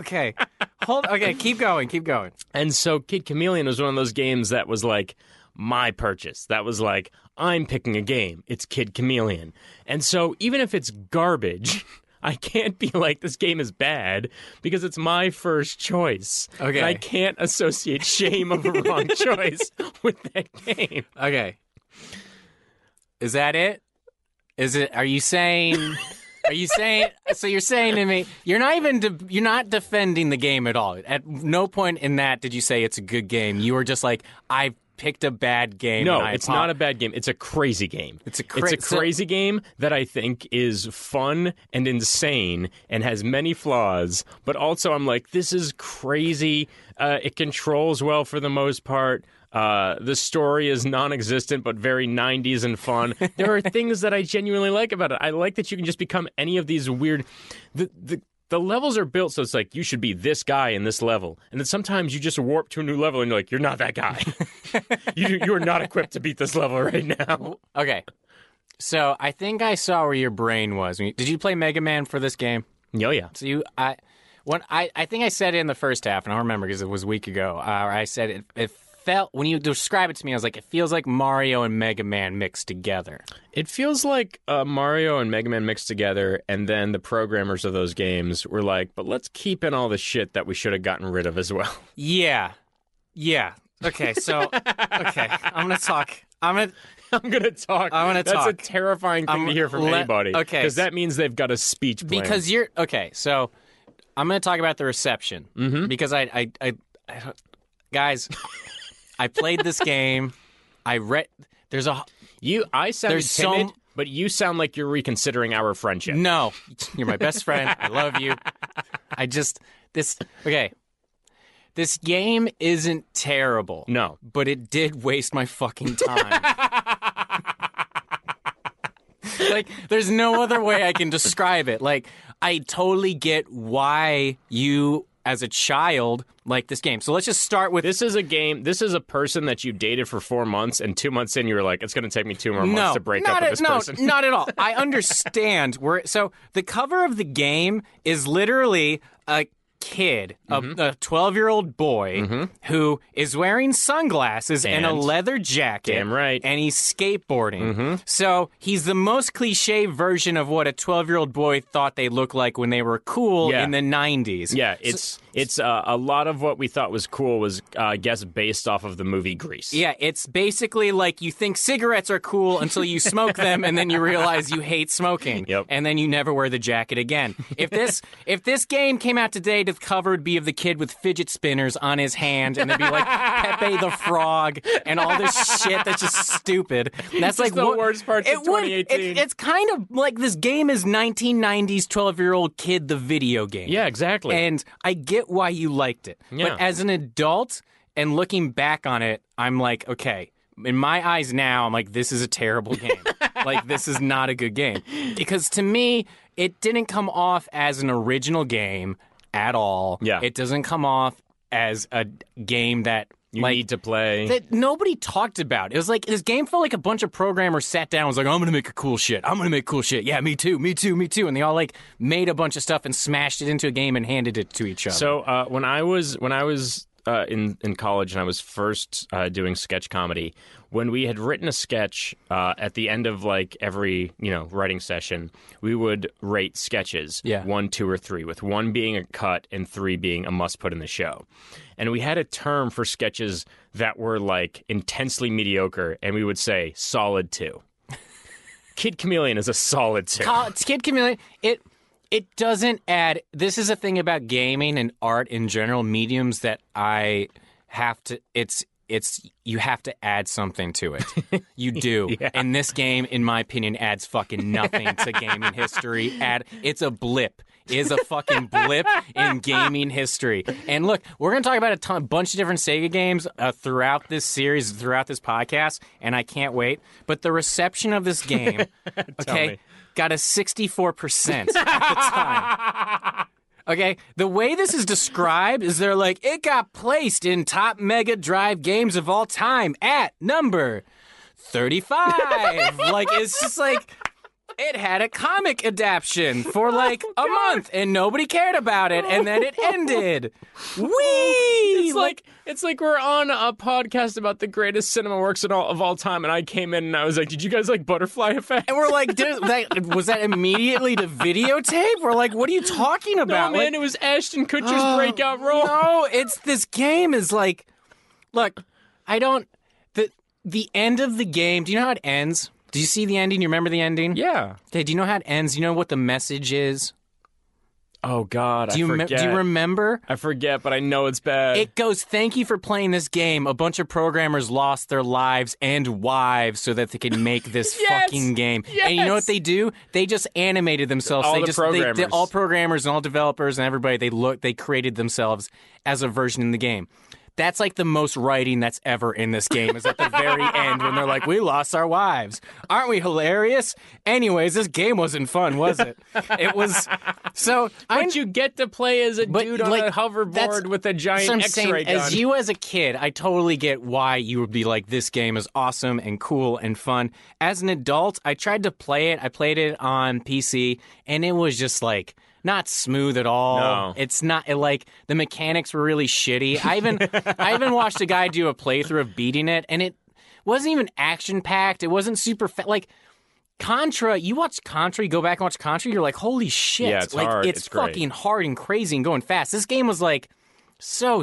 B: Okay, hold. Okay, keep going. Keep going.
A: And so Kid Chameleon was one of those games that was like my purchase. That was like, I'm picking a game. It's Kid Chameleon. And so even if it's garbage, I can't be like, this game is bad because it's my first choice.
B: Okay.
A: And I can't associate shame of a wrong choice with that game.
B: Okay. Is that it? Is it? Are you saying? Are you saying? So you're saying to me, you're not even de- you're not defending the game at all. At no point in that did you say it's a good game. You were just like, I picked a bad game.
A: No,
B: and I
A: it's
B: apo-
A: not a bad game. It's a crazy game.
B: It's a
A: it's
B: cra-
A: a crazy game that I think is fun and insane and has many flaws. But also, I'm like, this is crazy. Uh, it controls well for the most part. Uh, the story is non-existent but very 90s and fun. There are things that I genuinely like about it. I like that you can just become any of these weird. The, the the levels are built so it's like you should be this guy in this level, and then sometimes you just warp to a new level and you're like, you're not that guy. you you are not equipped to beat this level right now.
B: Okay. So I think I saw where your brain was. Did you play Mega Man for this game?
A: Oh yeah.
B: So you, I, when I, I think I said it in the first half, and I don't remember because it was a week ago. Uh, I said it, it felt when you describe it to me, I was like, it feels like Mario and Mega Man mixed together.
A: It feels like uh, Mario and Mega Man mixed together, and then the programmers of those games were like, "But let's keep in all the shit that we should have gotten rid of as well."
B: Yeah, yeah. Okay, so okay, I'm gonna talk. I'm gonna.
A: I'm gonna talk.
B: I wanna
A: That's a
B: talk.
A: terrifying thing
B: I'm-
A: to hear from
B: let-
A: anybody.
B: okay.
A: because that means they've got a speech plan.
B: Because you're okay, so I'm going to talk about the reception mm-hmm. because I, I, I, I don't- guys, I played this game. I read. There's a
A: you, I sound timid,
B: There's so-
A: but you sound like you're reconsidering our friendship.
B: no. You're my best friend. I love you. I just this okay. This game isn't terrible.
A: No.
B: but it did waste my fucking time. like, there's no other way I can describe it. Like, I totally get why you, as a child, like this game. So let's just start with
A: This is a game. This is a person that you dated for four months, and two months in, you were like, "It's going to take me two more months
B: no,
A: to break
B: not
A: up
B: at,
A: with this
B: no,
A: person."
B: not at all. I understand. Where so the cover of the game is literally a kid,
A: Mm-hmm.
B: a twelve-year-old boy who is wearing sunglasses and, a
A: And-
B: leather jacket.
A: Damn right. Mm-hmm.
B: And he's skateboarding. So he's the most cliche version of what a twelve-year-old boy thought they looked like when they were cool
A: Yeah.
B: in the nineties.
A: Yeah, it's it's uh, a lot of what we thought was cool was, uh, I guess, based off of the movie Grease.
B: Yeah, it's basically like you think cigarettes are cool until you smoke them, and then you realize you hate smoking.
A: Yep.
B: And then you never wear the jacket again. If this if this game came out today, the cover would be of the kid with fidget spinners on his hand, and it'd be like Pepe the Frog and all this shit that's just stupid. And that's like
A: the
B: what-
A: worst parts of
B: would-
A: 2018.
B: it's, it's kind of like this game is 1990s 12 year old kid the video game.
A: yeah, exactly.
B: And I get why you liked it.
A: Yeah.
B: But as an adult and looking back on it, I'm like, okay, in my eyes now, I'm like, this is a terrible game. like, this is not a good game. Because to me, it didn't come off as an original game at all.
A: Yeah.
B: It doesn't come off as a game that.
A: you
B: like,
A: need to play.
B: that nobody talked about. It was like this game felt like a bunch of programmers sat down and was like, I'm gonna make a cool shit. I'm gonna make cool shit. Yeah, me too, me too, me too. And they all like made a bunch of stuff and smashed it into a game and handed it to each other.
A: So uh, when I was when I was uh, in in college and I was first uh, doing sketch comedy, when we had written a sketch uh, at the end of like every you know writing session, we would rate sketches
B: Yeah.
A: one, two, or three, with one being a cut and three being a must put in the show. And we had a term for sketches that were like intensely mediocre, and we would say solid two. Kid Chameleon is a solid two.
B: Col- Kid Chameleon, it it doesn't add. This is a thing about gaming and art in general, mediums that I have to. It's it's you have to add something to it. You do. And this game, in my opinion, adds fucking nothing to gaming history. Add it's a blip. Is a fucking blip in gaming history. And look, we're gonna talk about a ton, bunch of different Sega games uh, throughout this series, throughout this podcast, and I can't wait. But the reception of this game, okay,
A: me.
B: got a 64% at the time. Okay, the way this is described is they're like, it got placed in top Mega Drive games of all time at number 35. like, it's just like, it had a comic adaptation
C: Oh
B: for like a month and nobody cared about it and then it ended. Wee!
C: It's like it's like we're on a podcast about the greatest cinema works in all, of all time, and I came in and I was like, "Did you guys like Butterfly Effect?"
B: and we're like, did, that, was that immediately to videotape? We're like, what are you talking
C: No,
B: about?
C: man,
B: Like,
C: it was Ashton Kutcher's breakout role.
B: Oh, no, it's this game is like, look, I don't the the end of the game. Do you know how it ends? Do you see the ending? You remember the ending?
C: Yeah.
B: Okay, do you know how it ends? Do you know what the message is?
C: Oh God,
B: Do you
C: I
B: me-
C: forget.
B: do you remember?
C: I forget, but I know it's bad.
B: It goes, thank you for playing this game. A bunch of programmers lost their lives and wives so that they could make this
C: Yes!
B: fucking game. And you know what they do? They just animated themselves.
A: All
B: they
A: the
B: just, They,
A: programmers.
B: they, all programmers and all developers and everybody, they look, they created themselves as a version in the game. That's like the most writing that's ever in this game is at the very end when they're like, we lost our wives. Aren't we hilarious? Anyways, this game wasn't fun, was it? It was. So I,
C: but you get to play as a
B: but,
C: dude on
B: like,
C: a
B: that's-
C: hoverboard with a
B: so I'm
C: giant
B: saying,
C: X-ray gun.
B: As you as a kid, I totally get why you would be like, this game is awesome and cool and fun. As an adult, I tried to play it. I played it on PC, and it was just like not smooth at all.
A: No.
B: It's not it, like the mechanics were really shitty. I even I even watched a guy do a playthrough of beating it, and it wasn't even action packed. It wasn't super fa- like. Contra, you watch Contra, you go back and watch Contra, you're like, holy shit.
A: Yeah, it's
B: like,
A: hard.
B: It's,
A: It's great.
B: fucking hard and crazy and going fast. This game was like so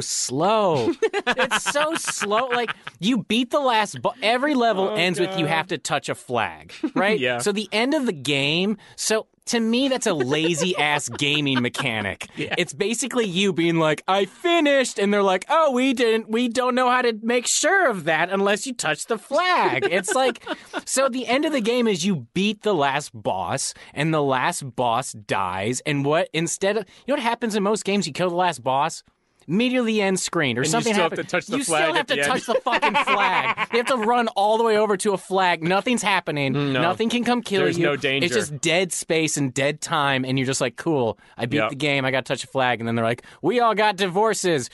B: slow. it's so slow. Like, you beat the last, bo- every level
A: Oh,
B: ends with you have to touch a flag, right?
C: Yeah.
B: So the end of the game, so. To me, that's a lazy ass gaming mechanic. It's basically you being like, I finished. And they're like, oh, we didn't, we don't know how to make sure of that unless you touch the flag. It's like, so the end of the game is you beat the last boss and the last boss dies. And what, instead of, you know what happens in most games? You kill the last boss. Immediately end screen or something
C: still have
B: happens.
C: to touch the
B: you
C: flag
B: still
C: at
B: have to
C: the end.
B: touch the fucking flag. You have to run all the way over to a flag. Nothing's happening. Nothing can come kill
A: Mm, There's
B: you.
A: no danger.
B: It's just dead space and dead time, and you're just like, cool. I beat
A: Yep.
B: the game. I got to touch a flag, and then they're like, we all got divorces.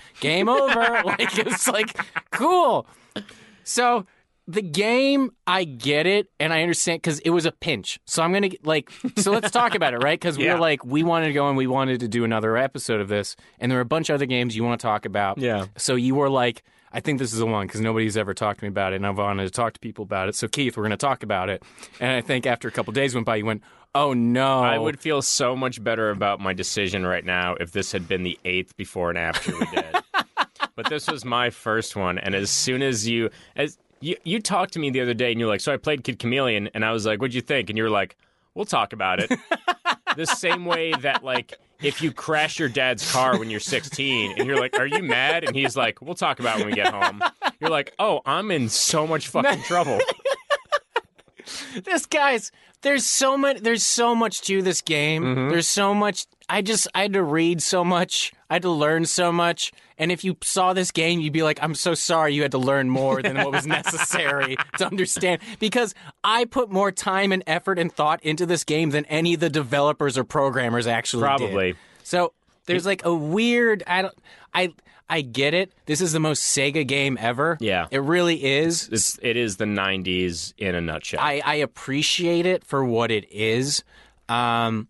B: Game over. like it's like cool. So the game, I get it, and I understand because it was a pinch. So I'm gonna like, so let's talk about it, right? Because we
A: Yeah.
B: were like, we wanted to go and we wanted to do another episode of this, and there were a bunch of other games you want to talk about.
C: Yeah.
B: So you were like, I think this is the one because nobody's ever talked to me about it, and I wanted to talk to people about it. So Keith, we're gonna talk about it, and I think after a couple days went by, you went, oh no,
A: I would feel so much better about my decision right now if this had been the eighth before and after we did. but this was my first one, and as soon as you as you you talked to me the other day, and you're like, "So I played Kid Chameleon," and I was like, "What'd you think?" And you were like, "We'll talk about it." the same way that like if you crash your dad's car when you're 16 and you're like, "Are you mad?" and he's like, "We'll talk about it when we get home." You're like, "Oh, I'm in so much fucking trouble."
B: this guy's there's so much there's so much to this game
A: Mm-hmm.
B: there's so much i just i had to read so much i had to learn so much and if you saw this game you'd be like i'm so sorry you had to learn more than what was necessary to understand because i put more time and effort and thought into this game than any of the developers or programmers actually did.
A: Probably.
B: So there's like a weird I don't I I get it. This is the most Sega game ever.
A: Yeah.
B: It really is.
A: It's, it is the 90s in a nutshell.
B: I, I appreciate it for what it is. Um,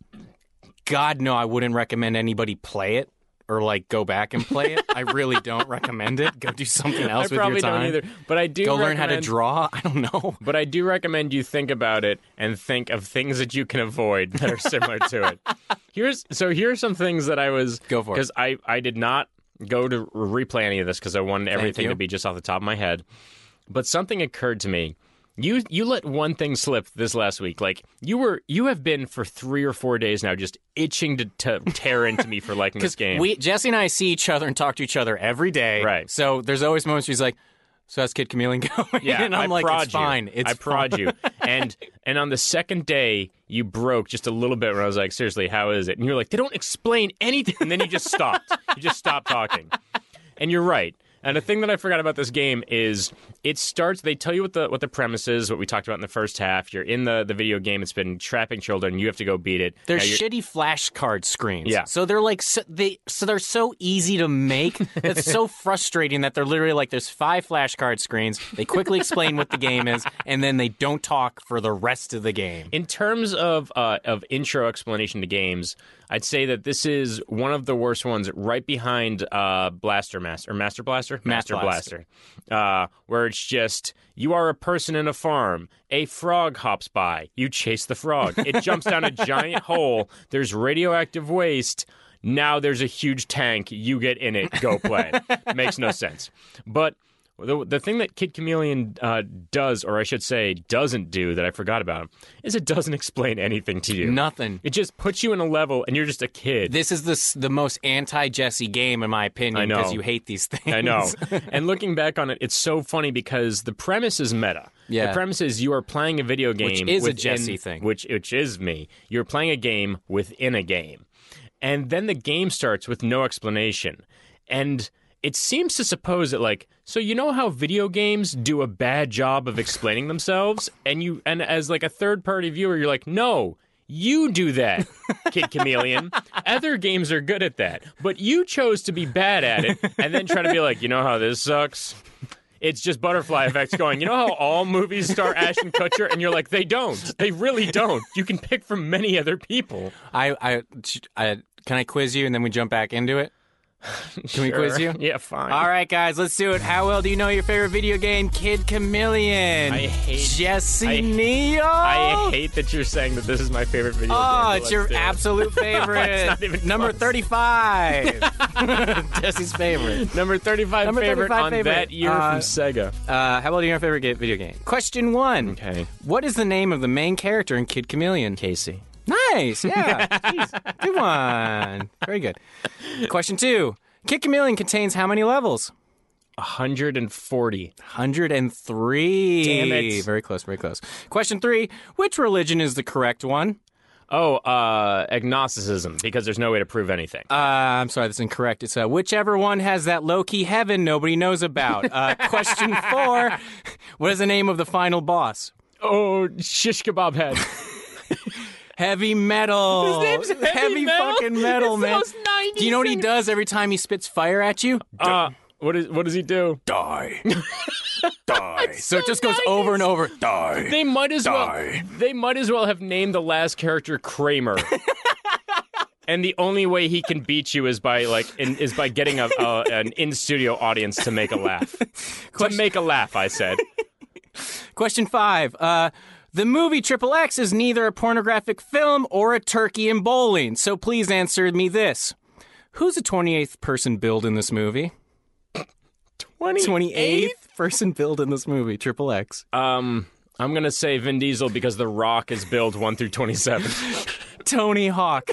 B: God, no, I wouldn't recommend anybody play it or like go back and play it. I really don't recommend it. Go do something else
A: I
B: with your
A: probably
B: time.
A: don't either. But I do
B: Go learn how to
A: recommend-
B: draw. I don't know.
A: But I do recommend you think about it and think of things that you can avoid that are similar to it. Here's so here's some things that I was
B: Go for it.
A: because I I did not go to replay any of this because I wanted everything
B: you.
A: to be just off the top of my head. But something occurred to me. You you let one thing slip this last week. Like you were you have been for three or four days now just itching to, to tear into me for liking this game.
B: We Jesse and I see each other and talk to each other every day.
A: Right.
B: So there's always moments where he's like, "So how's Kid Chameleon going?"
A: Yeah,
B: and I'm
A: I
B: like,
A: prod
B: "It's
A: you.
B: fine. It's
A: I prod you." And and on the second day, you broke just a little bit when I was like, "Seriously, how is it?" And you're like, "They don't explain anything." And then you just stopped. you just stopped talking. And you're right. And the thing that I forgot about this game is it starts they tell you what the what the premise is what we talked about in the first half you're in the the video game it's been trapping children you have to go beat it
B: They're
A: Now you're-
B: shitty flashcard screens.
A: Yeah.
B: So they're like so they so they're so easy to make. It's so frustrating that they're literally like there's five flashcard screens. They quickly explain what the game is, and then they don't talk for the rest of the game.
A: in terms of uh, of intro explanation to games i'd say that this is one of the worst ones right behind uh, blaster master or master blaster master
B: Blaster.
A: Blaster, uh, where it's just you are a person in a farm a frog hops by you chase the frog it jumps down a giant hole there's radioactive waste now there's a huge tank you get in it go play makes no sense but the, the thing that Kid Chameleon uh, does, or I should say, doesn't do that I forgot about, is it doesn't explain anything to you.
B: Nothing.
A: It just puts you in a level and you're just a kid.
B: This is the s- the most anti Jesse game in my
A: I
B: opinion
A: know.
B: because you hate these things.
A: I know. and looking back on it, it's so funny because the premise is meta.
B: Yeah.
A: The premise is you are playing a video game,
B: is a
A: within-
B: Jesse thing.
A: which which is me. You're playing a game within a game, and then the game starts with no explanation, and it seems to suppose that like so you know how video games do a bad job of explaining themselves, and you and as like a third party viewer, you're like no. You do that, Kid Chameleon. Other games are good at that, but you chose to be bad at it and then try to be like, you know how this sucks? it's just butterfly effects going, you know how all movies star Ashton Kutcher? And you're like, they don't. They really don't. You can pick from many other people.
B: I, I I can I quiz you and then we jump back into it. Can we quiz you?
A: Yeah, fine.
B: All right, guys, let's do it. How well do you know your favorite video game, Kid Chameleon?
A: I hate-
B: Jesse
A: I-
B: Neal.
A: I hate that you're saying that this is my favorite video game.
B: Oh,
A: but
B: it's
A: let's
B: your
A: do it.
B: absolute favorite.
A: not even
B: Number
A: close.
B: 35. Jesse's favorite.
A: Number 35
B: Number
A: favorite
B: 35
A: on
B: favorite.
A: that year
B: Uh,
A: from Sega.
B: Uh, how well do you know your favorite ga- video game? Question one.
A: Okay.
B: What is the name of the main character in Kid Chameleon?
A: Casey.
B: Nice. Yeah. Jeez. Good one. Very good. Question two. Kid Chameleon contains how many levels?
A: 140.
B: 103.
A: Damn it.
B: Very close, very close. Question three Which religion is the correct one?
A: Oh, uh, agnosticism, because there's no way to prove anything.
B: Uh, I'm sorry, that's incorrect. It's uh, whichever one has that low key heaven nobody knows about. Uh, question four What is the name of the final boss?
A: oh, shish kebab head.
B: Heavy metal.
C: His name's Heavy Metal?
B: fucking metal,
C: It's the
B: man.
C: most 90s
B: Do you know what he
C: thing.
B: does every time he spits fire at you?
A: uh, what, is, what does he do?
B: Die. Die. So it just goes over and over. Die.
A: They might as
B: Die.
A: well. They might as well have named the last character Kramer. and the only way he can beat you is by like in, is by getting a, a an in studio audience to make a laugh. to make a laugh, I said.
B: Question five. Uh, the movie Triple X is neither a pornographic film or a turkey in bowling. So please answer me this. Who's the 28th person billed in this movie? 28th person billed in this movie, Triple X.
A: Um, I'm gonna say Vin Diesel because The Rock is billed one through twenty seven.
B: Tony Hawk.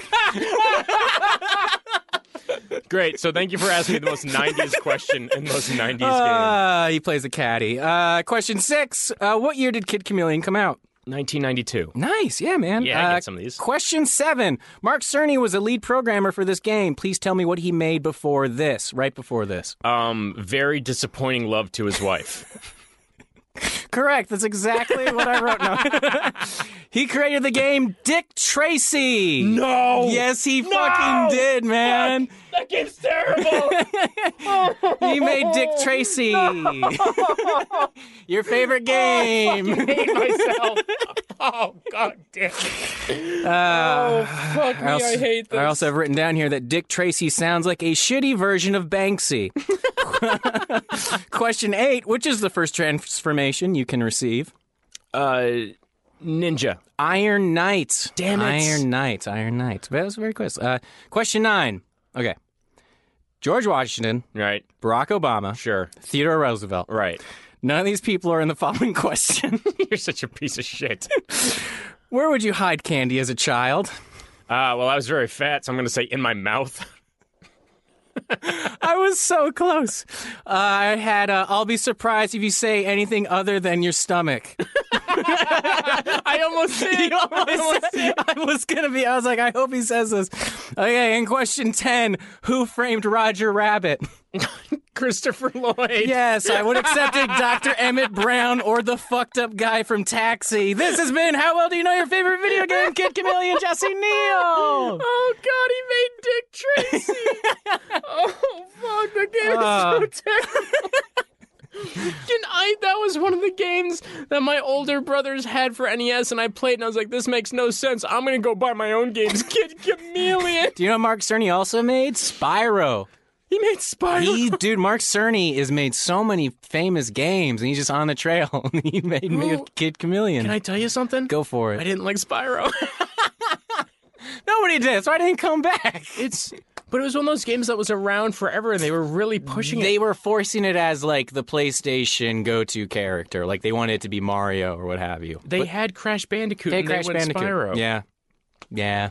A: Great. So thank you for asking me the most '90s question and most '90s game.
B: Uh, he plays a caddy. Uh, question six. Uh, what year did Kid Chameleon come out?
A: 1992.
B: Nice. Yeah, man.
A: Yeah, I
B: uh,
A: get some of these.
B: Question seven. Mark Cerny was a lead programmer for this game. Please tell me what he made before this, right before this.
A: Um, very disappointing love to his wife.
B: Correct. That's exactly what I wrote. No. he created the game Dick Tracy.
A: No.
B: Yes, he fucking did, man.
A: That game's terrible.
B: He made Dick Tracy. Your favorite game.
A: Oh, hate myself. oh god damn.
C: Fuck me, I hate this.
B: I also have written down here that Dick Tracy sounds like a shitty version of Banksy. Question eight Which is the first transformation you can receive?
A: Uh, ninja.
B: Iron Knight.
A: Damn it.
B: Iron Knight. Iron Knight. That was very close. Uh, question nine. Okay. George Washington,
A: Right.
B: Barack Obama,
A: Sure.
B: Theodore Roosevelt.
A: Right.
B: None of these people are in the following question.
A: You're such a piece of shit.
B: Where would you hide candy as a child?
A: Uh, well, I was very fat, so I'm going to say in my mouth.
B: I was so close. Uh, I had. Uh, I'll be surprised if you say anything other than your stomach.
C: I almost did.
B: I was gonna be. I was like, I hope he says this. Okay, and question ten: Who framed Roger Rabbit?
C: Christopher Lloyd.
B: Yes, I would accept it, Dr. Emmett Brown or the fucked up guy from Taxi. This has been How Well Do You Know Your Favorite Video Game? Kid Chameleon, Jesse Neal.
C: Oh God, he made Dick Tracy. oh fuck, that game
B: Ah.
C: is so terrible. Can I? That was one of the games that my older brothers had for NES, and I played, and I was like, "This makes no sense. I'm gonna go buy my own games." Kid Chameleon.
B: Do you know Mark Cerny also made Spyro?
C: He made Spyro.
B: He, dude, Mark Cerny has made so many famous games, and he's just on the trail. he made me a
C: Who-
B: Kid Chameleon.
C: Can I tell you something?
B: Go for
C: I
B: it.
C: didn't like Spyro.
B: Nobody did, That's why I didn't come back.
C: it's, but it was one of those games that was around forever, and they were really pushing it.
B: They were forcing it as like the PlayStation go-to character, like they wanted it to be Mario or what have you.
C: They had Crash Bandicoot.
B: Hey,
C: and
B: Crash
C: they went
B: Bandicoot.
C: Spyro.
B: Yeah, yeah,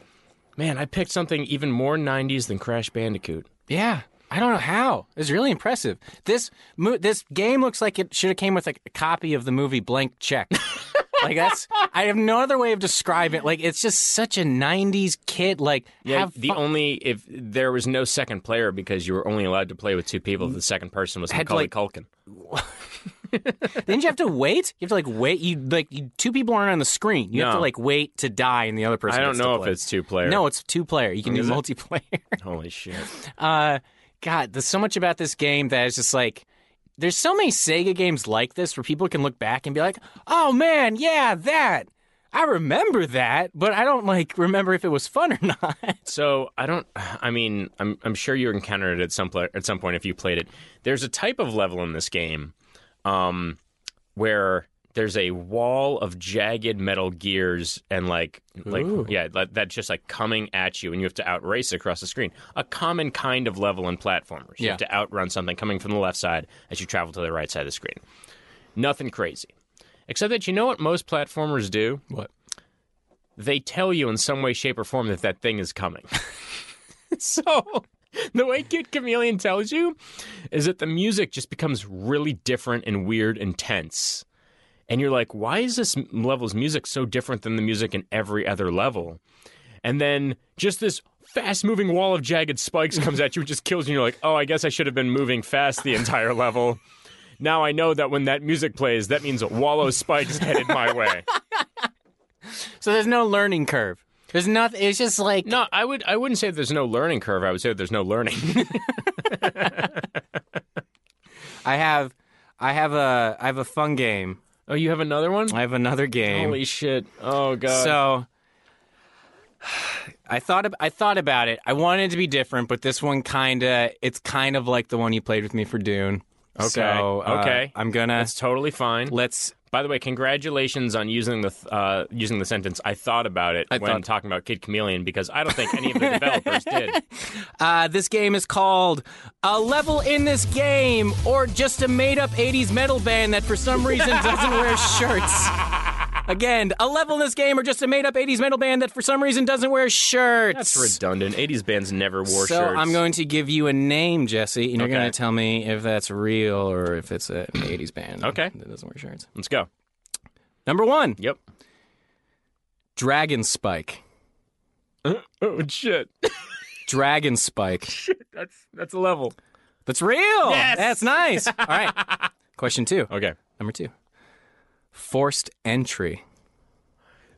C: Man, I picked something even more '90s than Crash Bandicoot.
B: yeah. I don't know how. It's really impressive. This mo- this game looks like it should have came with like a copy of the movie Blank Check. like that's I have no other way of describing it. Like it's just such a '90s kid. Like
A: Yeah,
B: have
A: the
B: fun-
A: only if there was no second player because you were only allowed to play with two people. If the second person was
B: Had to,
A: Macaulay
B: like-
A: Culkin.
B: Then you have to wait. You have to like wait. You like you, two people aren't on the screen. You have to
A: No.
B: like wait to die, and the other person.
A: I don't
B: gets to
A: know if
B: play.
A: it's two player.
B: No, it's two player. You can do
A: Is it?
B: multiplayer.
A: holy shit.
B: Uh, God, there's so much about this game that is just like. There's so many Sega games like this where people can look back and be like, "Oh man, yeah, that. I remember that, but I don't like remember if it was fun or not."
A: So I don't. I mean, I'm I'm sure you encountered it at some pla at some point if you played it. There's a type of level in this game, um, where there's a wall of jagged metal gears and like like yeah like, that's just like coming at you and you have to outrace it across the screen a common kind of level in platformers you
B: Yeah.
A: have to outrun something coming from the left side as you travel to the right side of the screen nothing crazy except that you know what most platformers do
B: What?
A: they tell you in some way shape or form that that thing is coming
C: So
A: the way Kid Chameleon tells you is that the music just becomes really different and weird and tense. And you're like, why is this m- level's music so different than the music in every other level? And then just this fast moving wall of jagged spikes comes at you and just kills you. And you're like, oh, I guess I should have been moving fast the entire level. Now I know that when that music plays, that means a wall of spikes headed my way.
B: So there's no learning curve. There's nothing. It's just like
A: No, I would I wouldn't say there's no learning curve. I would say there's no learning.
B: I have, I have a, I have a fun game.
C: Oh, you have another one?
B: I have another game.
A: Holy shit. Oh god.
B: So I thought ab- I thought about it. I wanted it to be different, but this one kind of it's kind of like the one you played with me for Dune. Okay. So, uh,
A: okay.
B: I'm gonna
A: That's totally fine.
B: let's.
A: By the way, congratulations on using the th- uh, using the sentence. I thought about it when
B: thought-
A: talking about Kid Chameleon because I don't think any of the developers did.
B: Uh, this game is called A Level in This Game, or just a made up 80s metal band that for some reason doesn't wear shirts. Again, A Level in This Game, or just a made up 80s metal band that for some reason doesn't wear shirts.
A: That's redundant. '80s bands never wore
B: so
A: shirts.
B: I'm going to give you a name, Jesse, and you're
A: Okay.
B: going to tell me if that's real or if it's a- an 80s band.
A: Okay.
B: That doesn't wear shirts.
A: Let's go.
B: Number one,
A: Yep.
B: Dragon Spike.
C: Oh shit.
B: Dragon Spike.
C: That's that's a level.
B: That's real. Yes. That's nice. All right. Question two.
A: Okay.
B: Number two. Forced entry.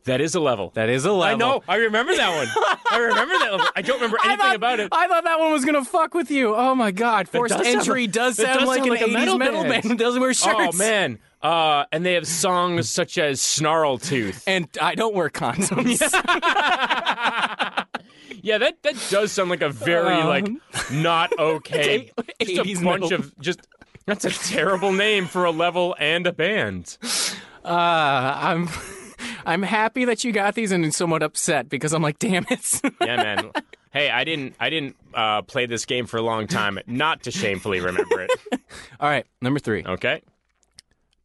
A: That is a level.
B: That is a level.
A: I know. I remember that one. I remember that level. I don't remember
B: I
A: anything
B: thought,
A: about it.
B: I thought that one was gonna fuck with you. Oh my god! Forced
A: does sound
B: entry
A: like-
B: does
A: that
B: sound
A: does
B: like
A: sound
B: an
A: like a
B: 80s
A: metal
B: metal
A: band.
B: band that doesn't wear shirts.
A: Oh man. Uh, and they have songs such as Snarltooth.
B: And I don't wear condoms.
A: Yeah, that that does sound like a very
B: Um,
A: like not okay. just a
B: 80s
A: bunch
B: metal.
A: of just. That's a terrible name for a level and a band.
B: Uh, I'm I'm happy that you got these and somewhat upset because I'm like, damn it.
A: Yeah, man. Hey, I didn't I didn't uh, play this game for a long time, not to shamefully remember it.
B: All right, number three,
A: Okay.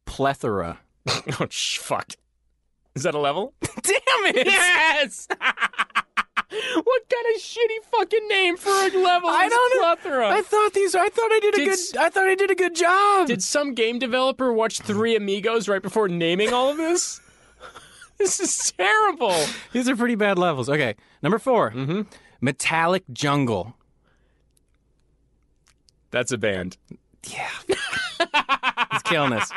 B: plethora.
A: Oh sh- fuck. Is that a level?
B: Damn it!
C: Yes. what kind of shitty fucking name for a level
B: I
C: is
B: don't know.
C: plethora?
B: I thought these. I thought I did a
C: Did
B: good.
C: s-
B: I thought I did a good job.
C: Did some game developer watch Three Amigos right before naming all of this? This is terrible.
B: These are pretty bad levels. Okay, number 4 Mm-hmm. Metallic Jungle.
A: That's a band.
B: It's killing us.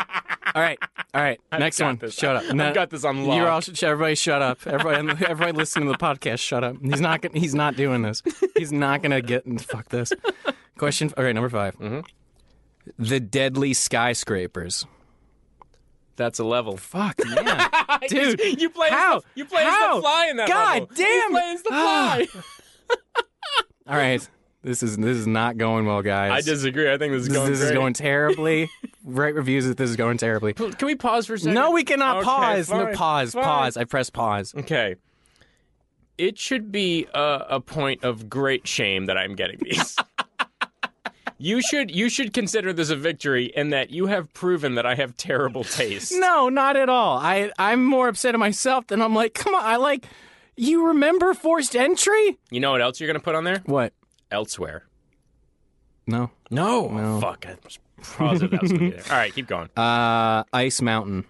B: All right, all right. Next
A: got
B: one.
A: this.
B: Shut up.
A: I've got this on
B: You're all.
A: lock.
B: sh- Everybody, shut up. Everybody, everybody listening to the podcast, shut up. He's not. Gonna, he's not doing this. He's not gonna get. Fuck this. Question. All right, number 5 Mm-hmm. The Deadly Skyscrapers.
A: That's a level.
B: Fuck man, dude.
C: You play
B: How?
C: As the, you play as
B: How?
C: the fly in that
B: God
C: level. You
B: damn Ah.
C: play
B: it.
C: as the fly.
B: All right, this is this is not going well, guys.
A: I disagree. I think this is
B: This,
A: going.
B: this is
A: great.
B: going terribly. Write reviews that this is going terribly.
C: Can we pause for a second?
B: No, we cannot
A: Okay,
B: pause. no,
A: fine,
B: pause.
A: fine.
B: Pause. I press pause.
A: Okay. It should be a, a point of great shame that I'm getting these. you should you should consider this a victory in that you have proven that I have terrible taste.
B: No, not at all. I I'm more upset at myself than I'm like, come on. I like. You remember forced entry?
A: You know what else you're gonna put on there?
B: What?
A: Elsewhere.
B: No.
A: No. Oh, Fuck. I was positive that was gonna be there. All right, keep going.
B: Uh, Ice Mountain.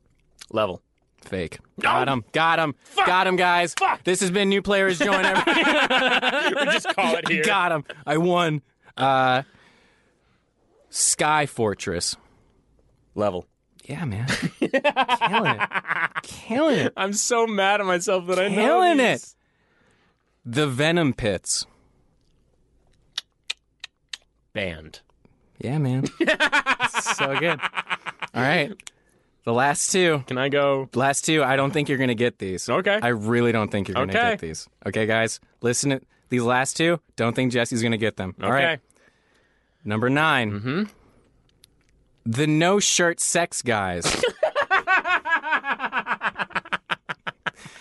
A: level.
B: Fake.
A: Oh.
B: Got him. Got him. Got him, guys. This has been new players join. Every-
A: We just call it here.
B: Got him. I won. Uh, Sky Fortress.
A: Level.
B: Yeah, man. Killing it. Killing it.
A: I'm so mad at myself that I know.
B: Killing
A: these.
B: it. The Venom Pits.
A: Band.
B: Yeah, man. so good. All right. The last two.
A: Can I go?
B: Last two, I don't think you're going to get these.
A: Okay.
B: I really don't think you're going to
A: Okay.
B: get these. Okay, guys, listen to these last two. Don't think Jesse's going to get them. All
A: okay.
B: right. Number 9 Mm-hmm. The no shirt sex guys.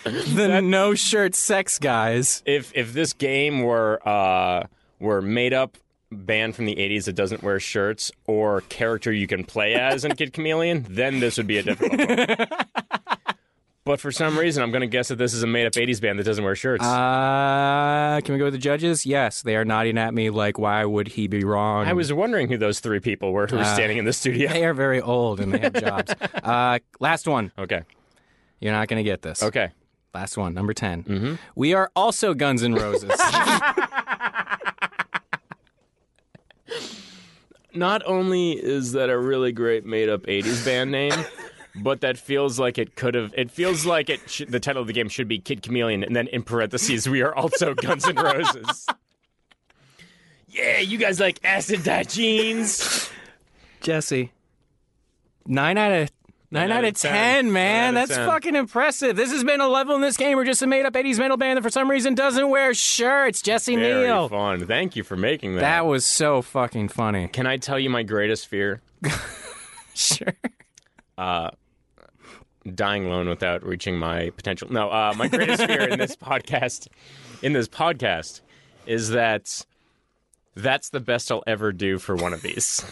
B: the no shirt sex guys.
A: If if this game were uh were made up band from the 80s that doesn't wear shirts or character you can play as in Kid Chameleon, then this would be a different one. But for some reason, I'm going to guess that this is a made up 80s band that doesn't wear shirts.
B: Uh, can we go with the judges? Yes, they are nodding at me like, why would he be wrong?
A: I was wondering who those three people were
B: Ah.
A: who were standing in the studio.
B: They are very old and they have jobs. uh, last one.
A: Okay.
B: You're not going to get this.
A: Okay. Mm-hmm.
B: Last one, number 10. We are also Guns N' Roses.
A: Not only is that a really great made up 80s band name, but that feels like it could have. It feels like it. Should, the title of the game should be Kid Chameleon, and then in parentheses, we are also Guns N' Roses. yeah, you guys like acid dye jeans.
B: Jesse. Nine out of. Nine, out of ten, man.
A: Nine out of
B: That's
A: 10.
B: fucking impressive. This has been a level in this game where just a made up 80s metal band that for some reason doesn't wear shirts. Jesse
A: Very
B: Neal.
A: fun. Thank you for making that.
B: That was so fucking funny.
A: Can I tell you my greatest fear?
B: Sure.
A: dying alone without reaching my potential. No, uh, my greatest fear in this podcast, in this podcast, is that that's the best I'll ever do for one of these.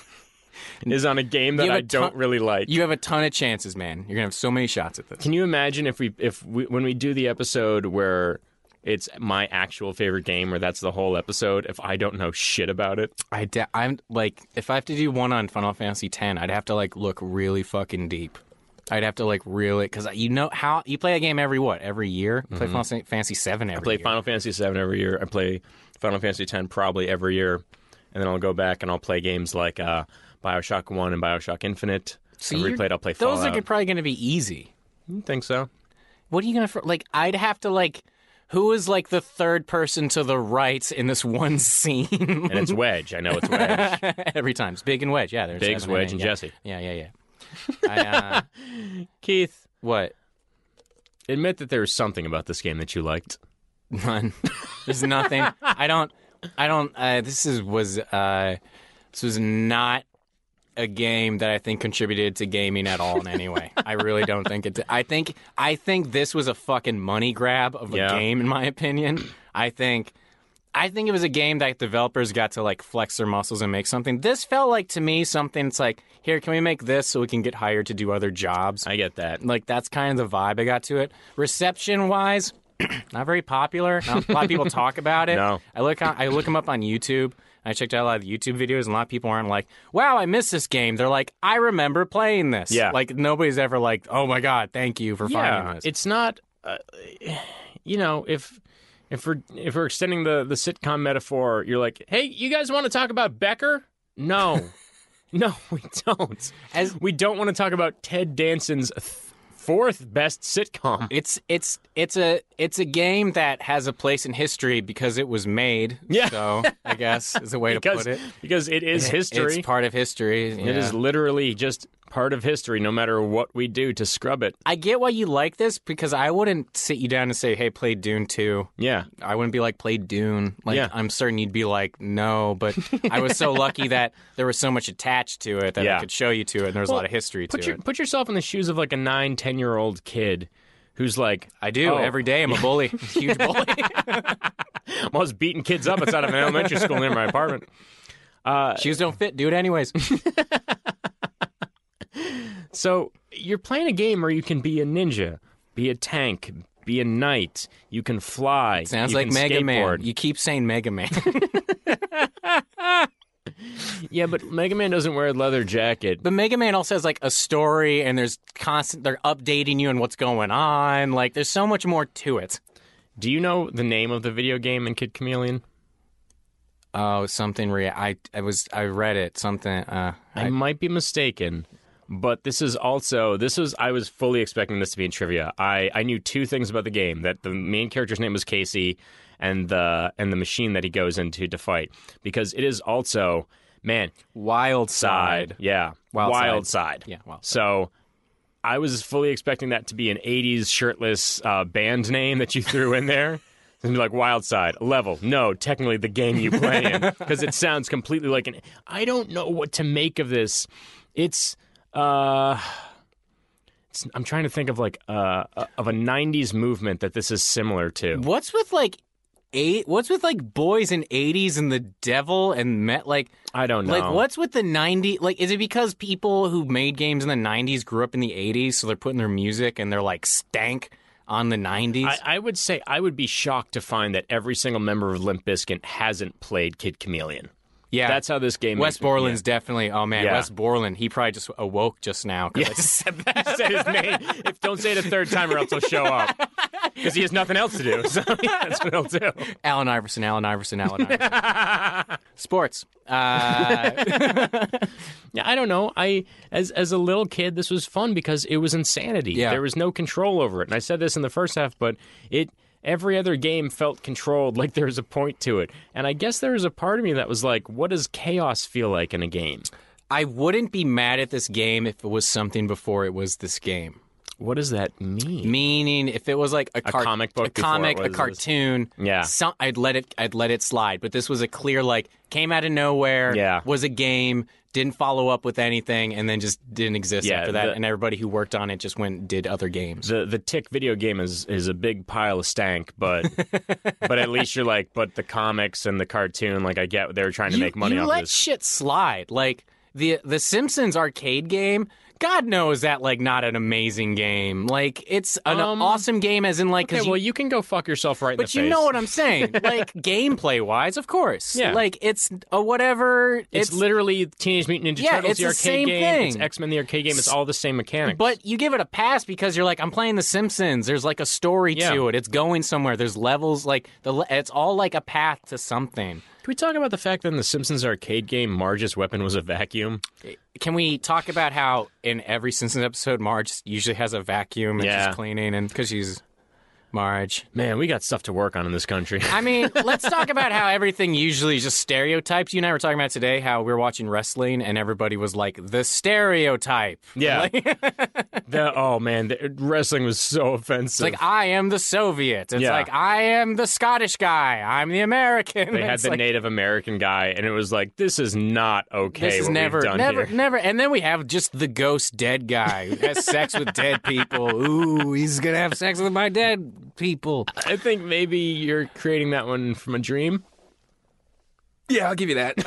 A: is on a game that
B: You have
A: I
B: a ton-
A: don't really like.
B: You have a ton of chances, man. You're going to have so many shots at this.
A: Can you imagine if we if we, when we do the episode where it's my actual favorite game, or that's the whole episode, if I don't know shit about it?
B: I da- I'm like, if I have to do one on Final Fantasy X, I'd have to like look really fucking deep. I'd have to like really because you know how you play a game every what every year. You Play Final Fantasy Seven every
A: Mm-hmm. I play
B: year.
A: Final Fantasy VII every year. I play Final Fantasy X probably every year, and then I'll go back and I'll play games like uh, Bioshock One and Bioshock Infinite.
B: So
A: I
B: you're-
A: replayed. I'll play
B: Those
A: Fallout.
B: are probably going to be easy.
A: You think so?
B: What are you going to like? I'd have to like. Who is like the third person to the right in this one scene?
A: And it's Wedge. I know it's Wedge.
B: Every time, it's Big and Wedge. Yeah, there's
A: Biggs,
B: seven
A: Wedge,
B: eight,
A: and
B: yeah.
A: Jesse.
B: Yeah, yeah, yeah. I, uh,
A: Keith,
B: what?
A: admit that there was something about this game that you liked.
B: None. There's nothing. I don't. I don't. Uh, this is was. Uh, this was not a game that I think contributed to gaming at all in any way. I really don't think it. Did. I think. I think this was a fucking money grab of a
A: Yeah.
B: game, in my opinion. I think. I think it was a game that developers got to like flex their muscles and make something. This felt like to me something. It's like, here, can we make this so we can get hired to do other jobs?
A: I get that.
B: Like that's kind of the vibe I got to it. Reception wise, not very popular. Not a lot of people talk about it.
A: No.
B: I look on, I look them up on YouTube. I checked out a lot of YouTube videos, and a lot of people aren't like, "Wow, I miss this game." They're like, "I remember playing this."
D: Yeah.
B: Like nobody's ever like, "Oh my god, thank you for finding
A: yeah,
B: this."
A: it's not. Uh, you know, if if we're if we're extending the the sitcom metaphor, you're like, hey, you guys want to talk about Becker? No, no, we don't.
B: As-
A: we don't want to talk about Ted Danson's th- fourth best sitcom.
B: It's it's it's a it's a game that has a place in history because it was made.
A: Yeah.
B: So I guess is a way
A: because
B: to put it.
A: because it is history.
B: It's part of history.
A: It
B: yeah.
A: is literally just part of history, no matter what we do to scrub it.
B: I get why you like this because I wouldn't sit you down and say, "Hey, play Dune 2.
A: Yeah.
B: I wouldn't be like, "Play Dune." Like
A: Yeah.
B: I'm certain you'd be like, "No," but I was so lucky that there was so much attached to it that
D: Yeah.
B: I could show you to it, and there's a lot of history to
A: Put, your,
B: it.
A: put yourself in the shoes of like a nine, ten year old kid who's like,
B: I do
A: Oh.
B: every day. I'm a bully, huge bully.
A: I was beating kids up outside of an elementary school near my apartment. Uh,
B: Shoes don't fit. Do it anyways.
A: So you're playing a game where you can be a ninja, be a tank, be a knight. You can fly.
B: Sounds
A: you
B: like
A: can
B: Mega
A: skateboard.
B: Man. You keep saying Mega Man.
A: Yeah, but Mega Man doesn't wear a leather jacket.
B: But Mega Man also has like a story, and there's constant. They're updating you on what's going on. Like, there's so much more to it.
A: Do you know the name of the video game in Kid Chameleon?
B: Oh, something. Re- I I was I read it. Something. Uh,
A: I, might be mistaken, but this is also this was I was fully expecting this to be in trivia. I I knew two things about the game that the main character's name was Casey and the and the machine that he goes into to fight because it is also man
B: Wild
A: side yeah
B: Wild Side.
A: side.
B: Yeah, Wild Side.
A: so. I was fully expecting that to be an '80s shirtless uh, band name that you threw in there, and be like Wild Side level. No, technically the game you play in, because it sounds completely like an. I don't know what to make of this. It's, uh, it's I'm trying to think of like uh, a- of a '90s movement that this is similar to.
B: What's with like eight? What's with like boys in '80s and the devil and met like
A: I don't know.
B: like what's with the '90s? Like, is it because people who made games in the '90s grew up in the '80s, so they're putting their music and they're like stank on the '90s?
A: I, I would say I would be shocked to find that every single member of Limp Bizkit hasn't played Kid Chameleon.
B: yeah,
A: That's how this game.
B: West
A: makes me feel.
B: Borland's definitely. Oh man,
A: Yeah.
B: West Borland. He probably just awoke just now. 'cause I just said that.
A: He said his name. If don't say it a third time, or else he'll show up because he has nothing else to do. So that's what he'll do.
B: Allen Iverson. Allen Iverson. Allen Iverson. Sports. Uh,
A: Yeah, I don't know. I as as a little kid, this was fun because it was insanity.
B: Yeah.
A: There was no control over it, and I said this in the first half, but it. Every other game felt controlled, like there was a point to it. And I guess there was a part of me that was like, what does chaos feel like in a game?
B: I wouldn't be mad at this game if it was something before it was this game.
A: What does that mean?
B: Meaning, if it was like a, car-
A: comic book
B: a
A: before it
B: comic, a
A: was this.
B: cartoon,
A: Yeah.
B: some- I'd let it, I'd let it slide. But this was a clear, like, came out of nowhere,
A: Yeah.
B: was a game, didn't follow up with anything, and then just didn't exist
A: Yeah,
B: after that.
A: the-
B: and everybody who worked on it just went and did other games.
A: the the tick video game is is a big pile of stank, but but at least you're like, but the comics and the cartoon, like I get they were trying to make money
B: you
A: off of
B: let
A: this.
B: shit slide. Like the the Simpsons arcade game. God knows that like not an amazing game. Like it's an
A: Um,
B: awesome game, as in like because
A: okay, well you can go fuck yourself right in
B: But
A: the
B: you
A: face.
B: know what I'm saying, like gameplay wise, of course.
A: Yeah.
B: Like it's a whatever.
A: it's, literally Teenage Mutant Ninja
B: Yeah,
A: Turtles,
B: it's
A: the
B: the
A: arcade
B: same
A: game. It's
B: thing.
A: X Men, the arcade game. It's all the same mechanics.
B: But you give it a pass because you're like, I'm playing The Simpsons. There's like a story
A: Yeah.
B: to it. It's going somewhere. There's levels. Like the le- it's all like a path to something.
A: can we talk about the fact that in the Simpsons arcade game, Marge's weapon was a vacuum?
B: Can we talk about how in every Simpsons episode, Marge usually has a vacuum and
A: Yeah.
B: she's cleaning, and because she's Marge.
A: Man, we got stuff to work on in this country.
B: I mean, let's talk about how everything usually is just stereotypes. You and I were talking about today how we were watching wrestling and everybody was like, the stereotype.
A: yeah. The- oh man, the, wrestling was so offensive.
B: It's like I am the Soviet. It's
A: Yeah.
B: like I am the Scottish guy. I'm the American.
A: they had
B: It's
A: the
B: like,
A: Native American guy, and it was like, this is not okay.
B: This is
A: what we've
B: never,
A: done
B: never,
A: here.
B: never. And then we have just the ghost dead guy who has sex with dead people. Ooh, he's gonna have sex with my dead people.
A: I think maybe you're creating that one from a dream.
B: Yeah, I'll give you that.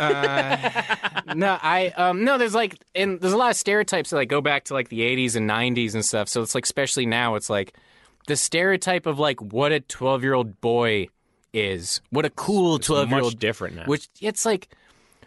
B: no, I um no. There's like and there's a lot of stereotypes that like go back to like the 80s and 90s and stuff. So it's like especially now, it's like the stereotype of like what a 12 year old boy is, what a cool 12 year
A: Much
B: old
A: different now.
B: Which it's like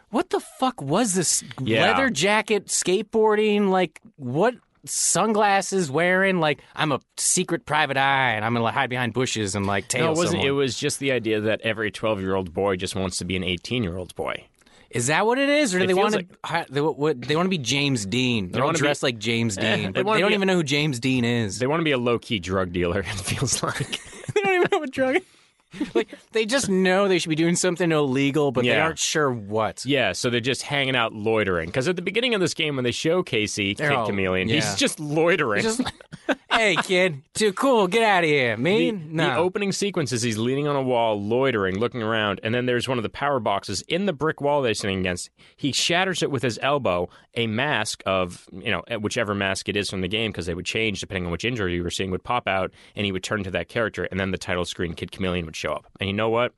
B: what the fuck was this
C: Yeah.
B: leather jacket skateboarding like what sunglasses wearing like i'm a secret private eye and i'm gonna hide behind bushes and like tail
C: No, it wasn't.
B: someone.
C: It was just the idea that every 12 year old boy just wants to be an 18 year old boy.
B: is that what it is or do
C: It
B: they
C: feels
B: want to they, what, they want to be james dean they're all
C: wanna be-
B: dressed like james dean but
C: wanna
B: they don't
C: be-
B: even know who james dean is
C: They want to be a low key drug dealer, it feels like.
B: they don't even know what drug like they just know they should be doing something illegal but they
C: Yeah.
B: aren't sure what
C: yeah, so they're just hanging out loitering. Because at the beginning of this game, when they show Casey,
B: They're
C: Kid
B: all-
C: Chameleon,
B: yeah.
C: he's just loitering.
B: just hey kid too cool get out of here
C: the,
B: mean
C: the
B: no
C: opening sequence is he's leaning on a wall, loitering, looking around, and then there's one of the power boxes in the brick wall they're sitting against. He shatters it with his elbow. A mask of you know whichever mask it is from the game, because they would change depending on which injury you were seeing, would pop out, and he would turn to that character, and then the title screen Kid Chameleon would show up. And you know what?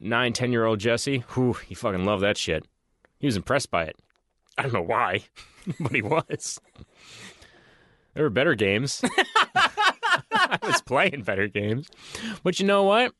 C: Nine, ten year old Jesse, whew, he fucking loved that shit. He was impressed by it. I don't know why, but he was. There were better games. I was playing better games. But you know what?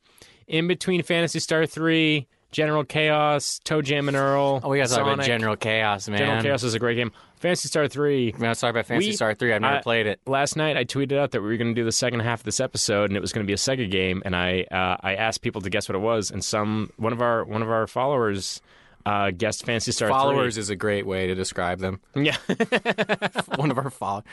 C: In between Fantasy Star 3, General Chaos, Toe Jam and Earl.
B: oh we gotta talk about
C: Sonic,
B: general chaos man
C: General Chaos is a great game. Fantasy Star 3.
B: Man, sorry about Fantasy
C: We-
B: Star 3. I've never
C: I-
B: played it.
C: Last night I tweeted out that we were going to do the second half of this episode and it was going to be a Sega game and I uh, I asked people to guess what it was and some one of our one of our followers uh, guessed Fantasy Star 3.
B: Followers is a great way to describe them.
C: Yeah.
B: One of our followers.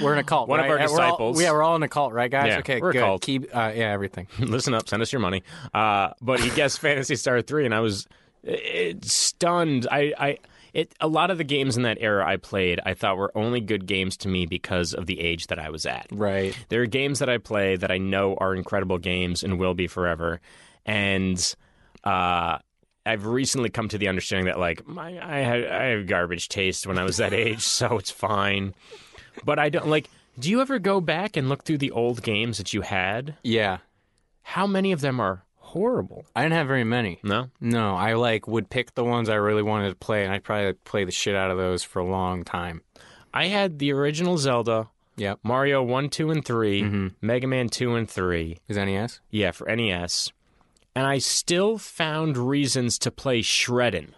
B: We're in a cult.
C: One of
B: right?
C: our
B: Yeah, we're all-
C: disciples.
B: yeah, we're all in a cult, right, guys?
C: Yeah,
B: okay,
C: we're a
B: good.
C: cult.
B: Keep, uh, yeah, everything.
C: listen up, send us your money. Uh, but he guessed Fantasy Star three, and I was it, stunned. I, I it a lot of the games in that era I played, I thought were only good games to me because of the age that I was at.
B: Right.
C: There are games that I play that I know are incredible games and will be forever, and uh, I've recently come to the understanding that like my I had I have garbage taste when I was that age, so it's fine. But I don't like. Do you ever go back and look through the old games that you had?
B: Yeah.
C: how many of them are horrible?
B: I didn't have very many.
C: No.
B: No, I like would pick the ones I really wanted to play, and I'd probably play the shit out of those for a long time.
C: I had the original Zelda,
B: Yep.
C: Mario 1, 2, and 3, Mega Man 2 and 3,
B: Is NES?
C: yeah, for NES. And I still found reasons to play Shreddin.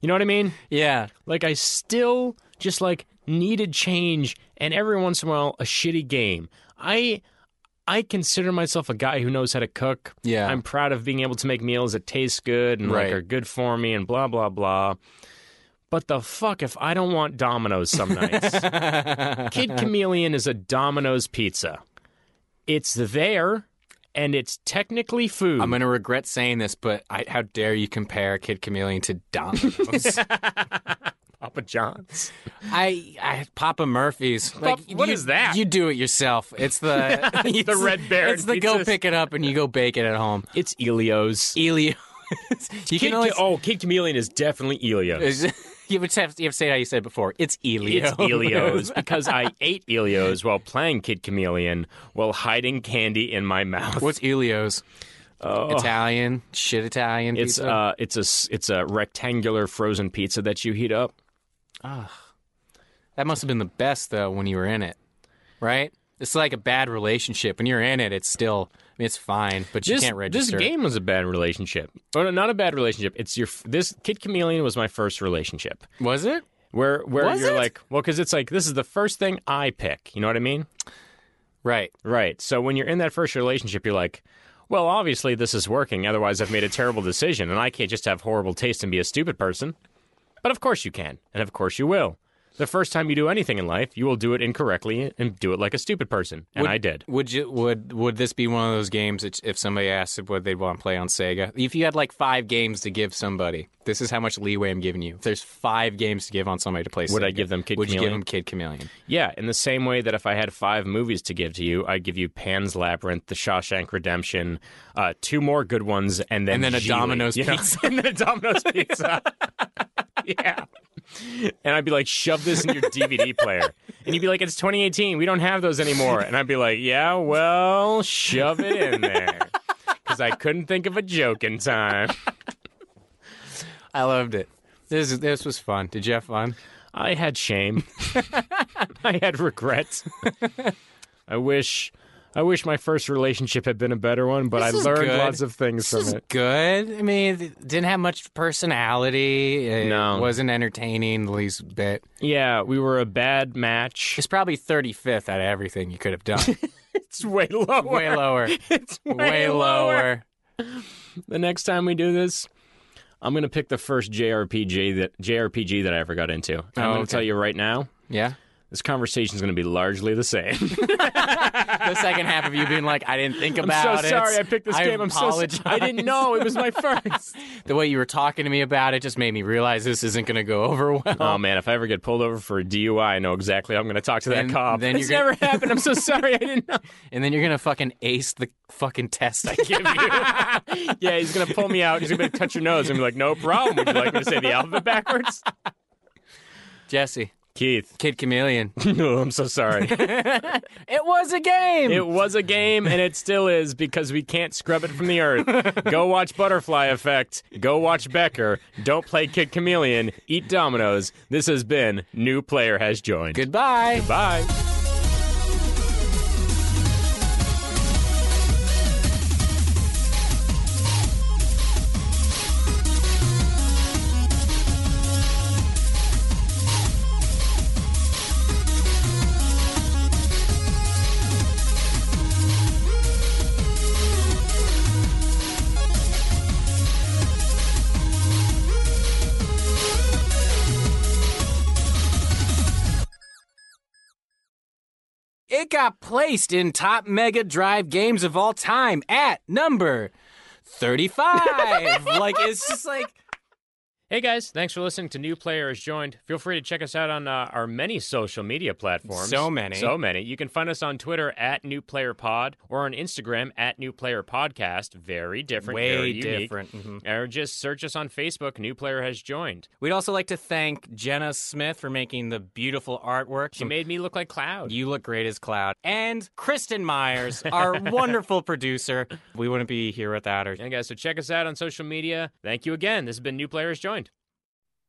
C: you know what I mean?
B: Yeah.
C: Like, I still just, like, needed change and every once in a while a shitty game. I. I consider myself a guy who knows how to cook.
B: Yeah.
C: I'm proud of being able to make meals that taste good and
B: Right.
C: like are good for me and blah blah blah. But the fuck if I don't want Domino's some nights. Kid Chameleon is a Domino's pizza. It's there and it's technically food.
B: I'm going to regret saying this, but I, how dare you compare Kid Chameleon to Domino's?
C: Papa John's.
B: I, I Papa Murphy's. Like,
C: what
B: you,
C: is that?
B: You do it yourself. It's the it's
C: The Red Baron
B: It's the go
C: pizzas.
B: pick it up and you go bake it at home.
C: It's Elio's.
B: Elio. you
C: Kid,
B: can only.
C: oh, Kid Chameleon is definitely Elio's.
B: it's- you would have you have to say how you said it before. It's Elio.
C: It's Elio's because I ate Elio's while playing Kid Chameleon while hiding candy in my mouth.
B: What's Elio's? Italian shit. Italian.
C: Oh. It's
B: pizza?
C: uh, it's a s- it's a rectangular frozen pizza that you heat up.
B: that must have been the best though when you were in it, right? It's like a bad relationship. When you're in it, it's still it's fine, but you
C: this,
B: can't register.
C: This game was a bad relationship, or no, not a bad relationship. It's your f- this Kid Chameleon was my first relationship,
B: was it?
C: where where
B: Was
C: you're
B: it?
C: like, well, because it's like this is the first thing I pick. You know what I mean?
B: Right.
C: Right. So when you're in that first relationship, you're like, well, obviously this is working. Otherwise, I've made a terrible decision, and I can't just have horrible taste and be a stupid person. But of course you can, and of course you will. The first time you do anything in life, you will do it incorrectly and do it like a stupid person, and I did.
B: Would you would would this be one of those games that if somebody asked what they'd want to play on Sega? If you had like five games to give somebody, this is how much leeway I'm giving you. If there's five games to give on somebody to play,
C: Would I
B: Sega,
C: give them Kid
B: would you give
C: Chameleon?
B: them Kid Chameleon?
C: Yeah, in the same way that if I had five movies to give to you, I'd give you Pan's Labyrinth, The Shawshank Redemption, uh, two more good ones, and then
B: And then a
C: Geely,
B: Domino's
C: you know?
B: pizza.
C: and then a Domino's pizza. yeah, and I'd be like, shove this in your DVD player, and you'd be like, it's 2018, we don't have those anymore, and I'd be like, yeah, well, shove it in there, because I couldn't think of a joke in time.
B: I loved it. This is- this was fun. Did you have fun?
C: I had shame. I had regret. I wish
A: I wish my first relationship had been a better one, but
B: This
A: I
B: is
A: learned
B: good.
A: lots of things
B: This is
A: from it.
B: good. I mean, it didn't have much personality. It
A: No.
B: wasn't entertaining the least bit.
A: Yeah, we were a bad match.
B: It's probably 35th out of everything you could have done.
A: It's way lower.
B: way lower.
A: It's way,
B: way lower.
A: The next time we do this, I'm gonna pick the first JRPG that JRPG that I ever got into. I'm gonna
B: okay.
A: tell you right now,
B: Yeah.
A: this conversation is gonna be largely the same.
B: The second half of you being like, I didn't think
A: I'm
B: about
A: so
B: it.
A: sorry I picked this
B: I
A: game. I'm
B: apologize.
A: so sorry. I didn't know it was my first.
B: The way you were talking to me about it just made me realize this isn't going to go over well.
A: oh man, if I ever get pulled over for a DUI, I know exactly how I'm gonna talk to that
B: And
A: cop.
B: then
A: It's
B: you're
A: never
B: gonna-
A: happened. I'm so sorry. I didn't know.
B: And then you're going to fucking ace the fucking test I give you.
A: Yeah, he's gonna pull me out. He's gonna be like, touch your nose and be like, "No problem." Would you like me to say the alphabet backwards?
B: Jesse,
A: Keith,
B: Kid Chameleon.
A: no, Oh, I'm so sorry.
B: It was a game.
A: It was a game, and it still is because we can't scrub it from the earth. Go watch Butterfly Effect. Go watch Becker. Don't play Kid Chameleon. Eat Dominoes. This has been New Player Has Joined.
B: Goodbye.
A: Bye.
B: It got placed in top Mega Drive games of all time at number 35. like, it's just like.
A: Hey guys, thanks for listening to New Player Has Joined. Feel free to check us out on uh, our many social media platforms.
B: So many.
A: So many. You can find us on Twitter at New Player Pod or on Instagram at New Player Podcast. Very different.
B: Way
A: very unique. Mm-hmm.
B: different, mhm.
A: Or just search us on Facebook, New Player Has Joined.
B: We'd also like to thank Jenna Smith for making the beautiful artwork.
A: She made me look like Cloud.
B: You look great as Cloud. And Kristen Myers, our wonderful producer. We wouldn't be here without her.
A: Yeah, guys, so check us out on social media. Thank you again. This has been New Players Joined.